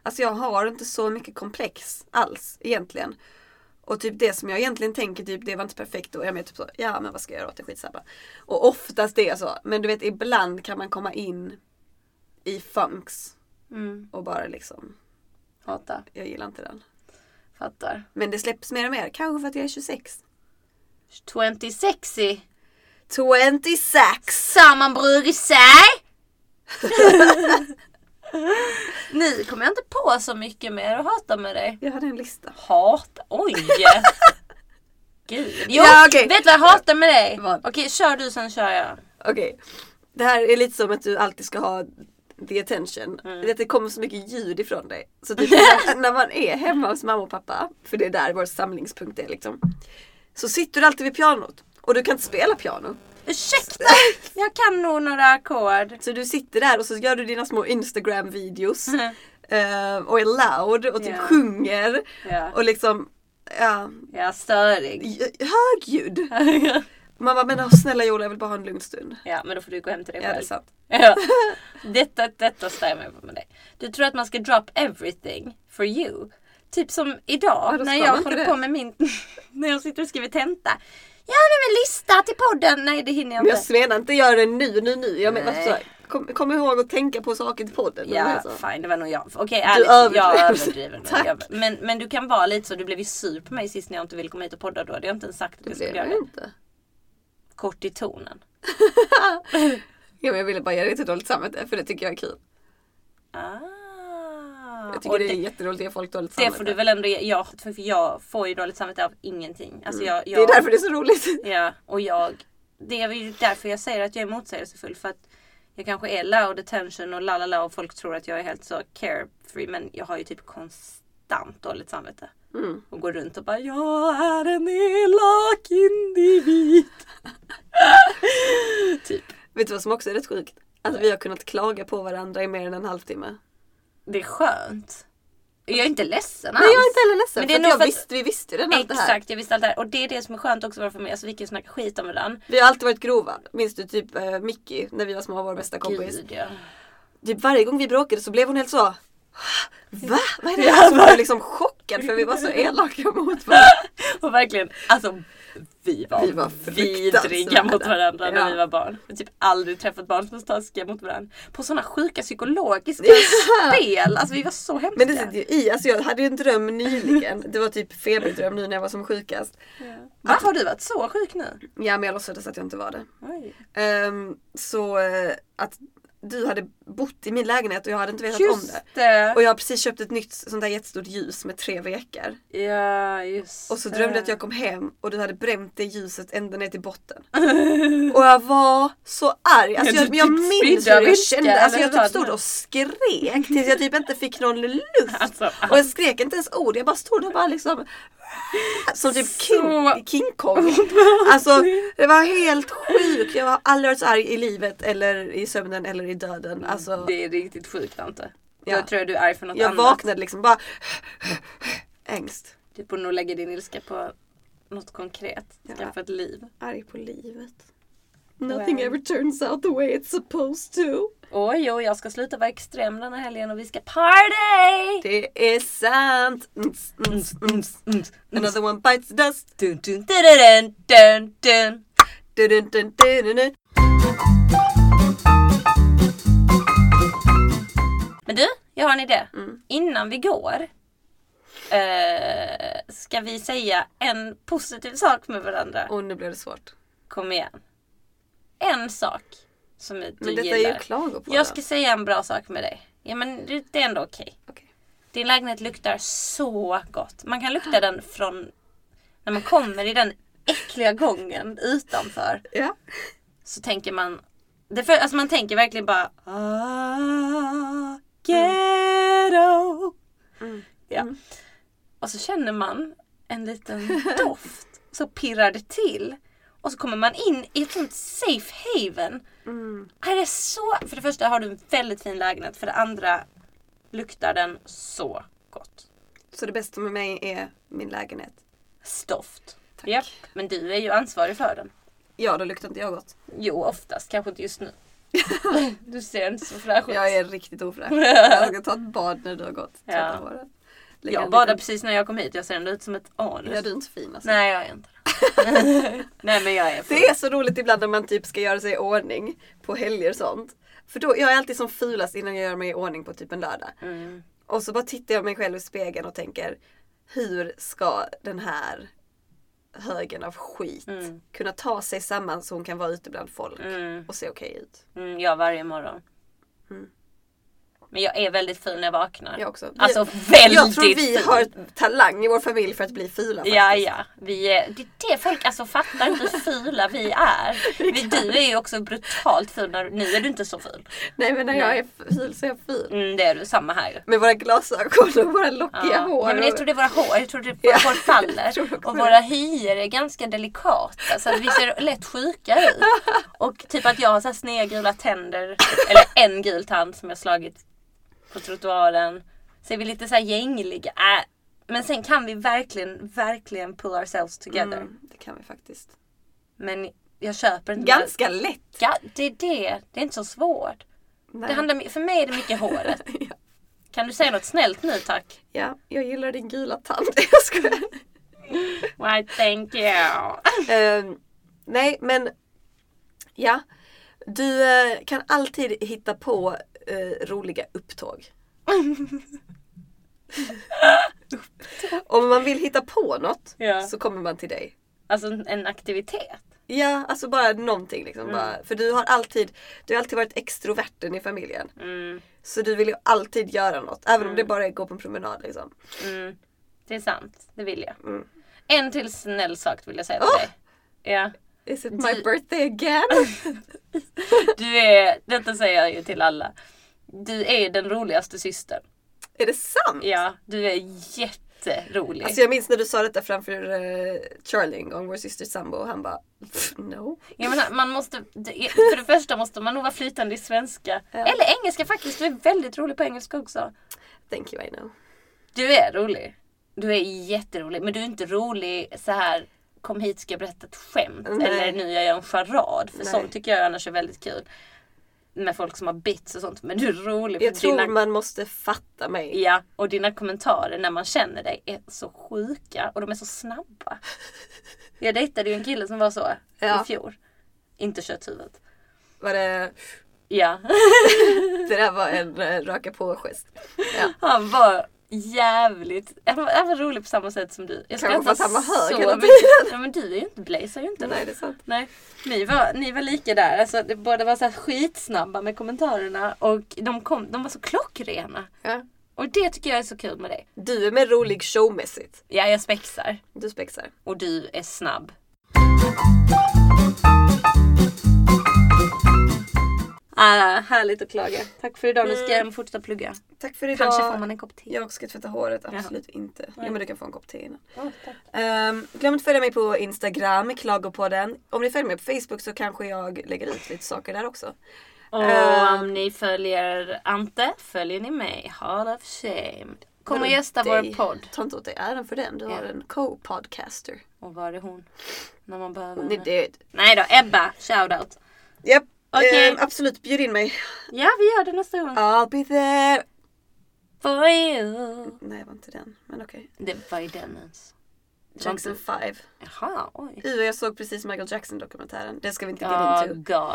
Speaker 1: Alltså jag har inte så mycket komplex alls egentligen. Och typ det som jag egentligen tänker, typ det var inte perfekt och jag menar typ så, ja men vad ska jag göra åt det, skitsamma. Och oftast det är så. Men du vet ibland kan man komma in i funks
Speaker 2: Mm.
Speaker 1: och bara liksom,
Speaker 2: Hata.
Speaker 1: jag gillar inte den.
Speaker 2: Fattar.
Speaker 1: Men det släpps mer och mer, kanske för att jag är 26.
Speaker 2: 20 sexy.
Speaker 1: 26!
Speaker 2: Sammanbrugg sig. (laughs) nu kommer jag inte på så mycket mer att hata med dig.
Speaker 1: Jag hade en lista.
Speaker 2: Hata? (laughs) Oj! Gud. Jo,
Speaker 1: Ja, okej.
Speaker 2: vet du vad jag hatar med dig?
Speaker 1: Vad?
Speaker 2: Okej, kör du sen kör jag.
Speaker 1: Okej. Det här är lite som att du alltid ska ha the attention. Det, det kommer så mycket ljud ifrån dig. Så typ när- när man är hemma hos mamma och pappa, för det är där vår samlingspunkt är liksom. Så sitter du alltid vid pianot. Och du kan inte spela piano.
Speaker 2: Ursäkta! Jag kan nog några ackord.
Speaker 1: Så du sitter där och så gör du dina små Instagram-videos.
Speaker 2: Mhm.
Speaker 1: eh, och är loud och typ
Speaker 2: Ja.
Speaker 1: sjunger.
Speaker 2: (laughs) Ja.
Speaker 1: Och liksom, ja,
Speaker 2: Jag är störig.
Speaker 1: j- högljudd. Mamma men åh, snälla Joel jag vill bara ha en lugn stund. (laughs)
Speaker 2: ja, men då får du gå hem till dig
Speaker 1: Ja det är
Speaker 2: själv.
Speaker 1: sant.
Speaker 2: Ja. Detta, detta stör jag mig på med dig. Du tror att man ska drop everything for you. Typ som idag
Speaker 1: Ja, då
Speaker 2: när
Speaker 1: ska
Speaker 2: jag
Speaker 1: man inte
Speaker 2: håller
Speaker 1: det.
Speaker 2: på med min... (laughs) när jag sitter och skriver tenta. Jag har nu en lista till podden. Nej, det hinner jag
Speaker 1: Men
Speaker 2: inte.
Speaker 1: jag menar inte göra det nu, nu, nu. Jag menar
Speaker 2: Nej.
Speaker 1: så här, kom, kom ihåg att tänka på saker till podden.
Speaker 2: Ja,
Speaker 1: Alltså.
Speaker 2: fine, det var nog jag. Okej, ärligt. Jag
Speaker 1: överdrev.
Speaker 2: överdriver nu.
Speaker 1: Tack.
Speaker 2: Jag- Men, men du kan vara lite så. Du blev ju sur på mig sist när jag inte ville komma hit och podda. Då hade jag inte ens sagt att
Speaker 1: Det
Speaker 2: jag skulle
Speaker 1: blev jag
Speaker 2: göra det.
Speaker 1: inte.
Speaker 2: Kort i tonen.
Speaker 1: Ja, men jag ville bara ge dig lite dåligt samvete för det tycker jag är kul.
Speaker 2: Ah.
Speaker 1: Jag
Speaker 2: Och
Speaker 1: tycker det är jätteroligt att ge folk dåligt
Speaker 2: det
Speaker 1: samvete.
Speaker 2: får du väl ändå ge. Jag, för jag får ju dåligt samvete av ingenting. Alltså jag, jag,
Speaker 1: Mm. Det är därför det är så roligt.
Speaker 2: Ja, och jag... Det är ju därför jag säger att jag är motsägelsefull. För att jag kanske är loud attention och lalala och folk tror att jag är helt så carefree. Men jag har ju typ konstant dåligt samvete.
Speaker 1: Mm.
Speaker 2: Och går runt och bara Jag är en elak individ. typ.
Speaker 1: Vet du vad som också är rätt sjukt? Att vi har kunnat klaga på varandra i mer än en halvtimme.
Speaker 2: Det är skönt. Jag är inte ledsen alls.
Speaker 1: Nej jag är inte heller ledsen
Speaker 2: Men
Speaker 1: men
Speaker 2: det är
Speaker 1: för
Speaker 2: nog
Speaker 1: att jag
Speaker 2: för att-
Speaker 1: visste, vi visste ju redan allt det här.
Speaker 2: Exakt, jag visste allt det här. Och det är det som är skönt också varför mig. Alltså vi kan ju snacka skit om varandra.
Speaker 1: Vi har alltid varit grova. Minns du typ eh, Mickey när vi var små, vår bästa kompis.
Speaker 2: Gud, ja.
Speaker 1: Typ varje gång vi bråkade så blev hon helt så Va? Vad är det här? Så var jag liksom chockad för vi var så elaka mot varandra.
Speaker 2: (laughs) Och verkligen, alltså vi var,
Speaker 1: Vi var fruktansvärda.
Speaker 2: vidriga mot varandra när
Speaker 1: Ja.
Speaker 2: vi var barn. Jag har typ aldrig träffat barn som var taskiga mot varandra. På sådana sjuka psykologiska spel. Alltså vi var så hemska.
Speaker 1: Men det sitter ju i. Alltså jag hade ju en dröm nyligen. Det var typ feberdröm nu när jag var som sjukast.
Speaker 2: Va, har du varit så sjuk nu?
Speaker 1: Ja men jag låtsades att jag inte var det.
Speaker 2: Oj.
Speaker 1: Ehm, så eh, att du hade bott i min lägenhet och jag hade inte vetat om
Speaker 2: Just
Speaker 1: det.
Speaker 2: det.
Speaker 1: Och jag har precis köpt ett nytt sånt där jättestort ljus med tre vekar.
Speaker 2: Ja, just
Speaker 1: Och så drömde jag att jag kom hem och du hade bränt det ljuset ända ner till botten. Och jag var så arg. Alltså
Speaker 2: Ja,
Speaker 1: jag,
Speaker 2: du
Speaker 1: jag
Speaker 2: typ
Speaker 1: minns
Speaker 2: spydde av
Speaker 1: hur jag
Speaker 2: ilska,
Speaker 1: kände. Alltså
Speaker 2: eller
Speaker 1: jag typ
Speaker 2: vad?
Speaker 1: stod och skrek tills jag typ inte fick någon luft.
Speaker 2: (laughs) Alltså,
Speaker 1: Och jag skrek inte ens ord, jag bara stod där bara liksom Som typ King,
Speaker 2: Så-
Speaker 1: King Kong. Alltså det var helt sjukt. Jag har aldrig varit så arg i livet eller i sömnen eller i döden. Alltså,
Speaker 2: Det är riktigt sjukt Ante.
Speaker 1: Ja.
Speaker 2: Jag tror jag du är arg för något
Speaker 1: jag
Speaker 2: annat.
Speaker 1: vaknade liksom bara Ängst.
Speaker 2: Du borde nog lägga din ilska på något konkret. Skaffa ett liv.
Speaker 1: Arg på livet.
Speaker 2: Nothing
Speaker 1: Nothing
Speaker 2: Wow.
Speaker 1: ever turns out the way it's supposed to.
Speaker 2: Oj, oj, jag ska sluta vara extrem den här helgen och vi ska party!
Speaker 1: Det är sant. Ns, ns, ns. Another one bites the dust.
Speaker 2: Dun, dun, dun, dun, dun.
Speaker 1: Du, du, du, du, du, du.
Speaker 2: Men du, jag har en idé. Innan vi går eh, ska vi säga en positiv sak med varandra.
Speaker 1: Och nu blev det svårt.
Speaker 2: Kom igen. En sak som du
Speaker 1: Men detta
Speaker 2: gillar.
Speaker 1: är ju klagopodden.
Speaker 2: jag ska säga en bra sak med dig. Ja, men det det är ändå okej.
Speaker 1: Okej.
Speaker 2: Din lägenhet luktar så gott. Man kan lukta den från när man kommer i den äckliga gången utanför.
Speaker 1: Ja.
Speaker 2: så tänker man det för, alltså man tänker verkligen bara ah, ghetto.
Speaker 1: Mm.
Speaker 2: Ja.
Speaker 1: Mm.
Speaker 2: Och så känner man en liten doft.
Speaker 1: (laughs)
Speaker 2: Så pirrar det till. Och så kommer man in i ett sånt safe haven.
Speaker 1: Mm.
Speaker 2: Här är så... För det första har du en väldigt fin lägenhet. För det andra luktar den så gott.
Speaker 1: Så det bästa med mig är min lägenhet.
Speaker 2: Stoft.
Speaker 1: Tack.
Speaker 2: Japp, men du är ju ansvarig för den.
Speaker 1: Ja, då luktar inte jag gott.
Speaker 2: Jo, oftast. Kanske inte
Speaker 1: (laughs)
Speaker 2: just nu. du ser inte så fräsch ut. (laughs)
Speaker 1: Jag är riktigt ofräsch. Jag ska ta ett bad när du har gått. Tvätta
Speaker 2: Ja.
Speaker 1: håret. Lägga
Speaker 2: Jag
Speaker 1: en
Speaker 2: badade
Speaker 1: liten-
Speaker 2: precis när jag kom hit. Jag ser ändå ut som ett anus.
Speaker 1: Ja, du är inte fin alltså.
Speaker 2: Nej, jag är inte det.
Speaker 1: (laughs)
Speaker 2: Nej, men jag är
Speaker 1: Det är så roligt ibland när man typ ska göra sig i ordning på helger och sånt. För då, jag är alltid som fulast innan jag gör mig i ordning på typ en lördag.
Speaker 2: Mm.
Speaker 1: Och så bara tittar jag mig själv i spegeln och tänker hur ska den här högen av skit
Speaker 2: Mm.
Speaker 1: kunna ta sig samman så hon kan vara ute bland folk
Speaker 2: Mm.
Speaker 1: och se okej ut.
Speaker 2: Mm, jag varje morgon.
Speaker 1: Mm.
Speaker 2: Men jag är väldigt ful när jag vaknar.
Speaker 1: Jag också. Vi-
Speaker 2: Alltså väldigt
Speaker 1: jag tror vi
Speaker 2: ful.
Speaker 1: har talang i vår familj för att bli fula faktiskt.
Speaker 2: Ja, ja. Vi är, det är det folk alltså fattar inte hur fula
Speaker 1: (laughs)
Speaker 2: vi är. Vi, du är ju också brutalt ful. När, nu är du inte så ful.
Speaker 1: Nej men när jag
Speaker 2: Nej.
Speaker 1: är ful så är jag ful.
Speaker 2: Mm, det är du. Samma här ju.
Speaker 1: Med våra glasögon och våra
Speaker 2: Ja.
Speaker 1: lockiga hår.
Speaker 2: Nej, men jag
Speaker 1: och-
Speaker 2: tror det är våra hår. Jag tror det
Speaker 1: Ja.
Speaker 2: våra hår faller.
Speaker 1: tror också
Speaker 2: Och
Speaker 1: det.
Speaker 2: våra hyer är ganska delikata. Så att vi
Speaker 1: (laughs)
Speaker 2: ser lätt sjuka ut. Och typ att jag har så här snedgula tänder. Eller en gul tand som jag slagit på trottoaren. Så är vi lite så här gängliga. Äh. Men sen kan vi verkligen, verkligen pull ourselves together.
Speaker 1: Mm, det kan vi faktiskt.
Speaker 2: Men jag köper inte
Speaker 1: Ganska lätt.
Speaker 2: Ja, det är det. Det är inte så svårt.
Speaker 1: Nej.
Speaker 2: Det handlar, för mig är det mycket håret.
Speaker 1: Ja.
Speaker 2: Kan du säga något snällt nu tack?
Speaker 1: (laughs) Ja, jag gillar din gula tand. (laughs) Jag skojar.
Speaker 2: Why
Speaker 1: (laughs)
Speaker 2: thank you.
Speaker 1: Ehm, nej, men ja. Du eh, kan alltid hitta på eh, roliga
Speaker 2: (laughs)
Speaker 1: upptåg. Om man vill hitta på något
Speaker 2: Ja.
Speaker 1: så kommer man till dig.
Speaker 2: Alltså en aktivitet.
Speaker 1: Ja, alltså bara någonting liksom.
Speaker 2: Mm.
Speaker 1: Bara, för du har alltid, du har alltid varit extroverten i familjen.
Speaker 2: Mm,
Speaker 1: Så du vill ju alltid göra något. Även om det bara är gå på en promenad liksom.
Speaker 2: mm. Det är sant, det vill jag.
Speaker 1: Mm.
Speaker 2: En till snäll sak vill jag säga till
Speaker 1: Åh!
Speaker 2: dig. Ja.
Speaker 1: Is it my
Speaker 2: Du-
Speaker 1: birthday again?
Speaker 2: Du är, detta säger jag ju till alla. Du är den roligaste systern.
Speaker 1: är det sant?
Speaker 2: Ja, du är jätterolig.
Speaker 1: Alltså jag minns när du sa detta framför eh, Charlie en gång, vår systers sambo, och han bara "Pff, no.
Speaker 2: Jag menar, man måste, det är- för det första måste man nog vara flytande i svenska.
Speaker 1: Ja.
Speaker 2: Eller engelska faktiskt, du är väldigt rolig på engelska också.
Speaker 1: Thank you I
Speaker 2: Alltså,
Speaker 1: know.
Speaker 2: Du är rolig. Du är jätterolig. Men du är inte rolig så här kom hit ska jag berätta ett skämt.
Speaker 1: Nej.
Speaker 2: Eller nu gör jag en charad. För
Speaker 1: Nej.
Speaker 2: sånt tycker jag annars är väldigt kul. Med folk som har bits och sånt. Men du är rolig.
Speaker 1: Jag
Speaker 2: för
Speaker 1: tror
Speaker 2: dina,
Speaker 1: man måste fatta mig.
Speaker 2: ja, och dina kommentarer när man känner dig är så sjuka. Och de är så snabba. Jag dejtade ju en kille som var så
Speaker 1: Ja.
Speaker 2: i fjol. Inte kötthuvudet.
Speaker 1: Var det,
Speaker 2: Ja. (laughs)
Speaker 1: det där var en eh, raka på-gest. Ja.
Speaker 2: Han var jävligt... Han var, han var rolig på samma sätt som du. Jag
Speaker 1: Kanske för att
Speaker 2: ha
Speaker 1: han var hög
Speaker 2: så
Speaker 1: hela
Speaker 2: mycket- Ja, men du är ju inte... Blaze är ju inte det.
Speaker 1: Nej det är sant.
Speaker 2: Nej, ni var, ni var lika där. Alltså, det, båda var så här skitsnabba med kommentarerna och de, kom, de var så klockrena.
Speaker 1: Ja.
Speaker 2: Och det tycker jag är så kul med dig.
Speaker 1: Du är mer rolig showmässigt.
Speaker 2: Ja, jag spexar.
Speaker 1: Du spexar.
Speaker 2: Och du är snabb. Ah, härligt att klaga. Tack för idag. Nu ska jag fortsätta plugga.
Speaker 1: Tack för idag.
Speaker 2: Kanske får man en kopp te.
Speaker 1: Jag ska tvätta håret, absolut inte. Jo men du kan få en kopp te innan.
Speaker 2: Ja, tack.
Speaker 1: Ehm, glöm inte följa mig på Instagram, klagopodden. Om ni följer mig på Facebook så kanske jag lägger ut lite saker där också.
Speaker 2: Och om ni följer Ante, följer ni mig. Heart of shame. Kom och gästa vår
Speaker 1: dig.
Speaker 2: podd.
Speaker 1: Ta inte åt dig äran för den. Du har
Speaker 2: Ja.
Speaker 1: en co-podcaster.
Speaker 2: Och var är hon? När man behöver
Speaker 1: Hon är
Speaker 2: henne.
Speaker 1: död.
Speaker 2: Nej då, Ebba. Shoutout.
Speaker 1: Mm. Japp.
Speaker 2: Okej.
Speaker 1: Ehm, absolut, bjud in mig.
Speaker 2: Ja, vi gör det nästa gång.
Speaker 1: I'll be there.
Speaker 2: For you.
Speaker 1: Nej, det var inte den. Men okej.
Speaker 2: Det var ju den ens. Det var
Speaker 1: Jackson
Speaker 2: inte-
Speaker 1: 5.
Speaker 2: Jaha, oj.
Speaker 1: Uh, jag såg precis Michael Jackson-dokumentären. Det ska vi inte
Speaker 2: Ja,
Speaker 1: get into.
Speaker 2: god.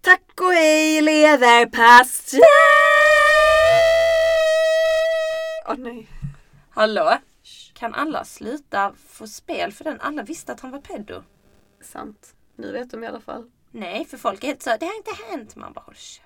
Speaker 1: Tack och hej leverpastej! Åh nej.
Speaker 2: Hallå? Kan alla sluta få spel för den? Alla visste att han var peddo.
Speaker 1: Sant. Nu vet de i alla fall.
Speaker 2: Nej, för folk är helt så här, det har inte hänt. Man bara, håll käften.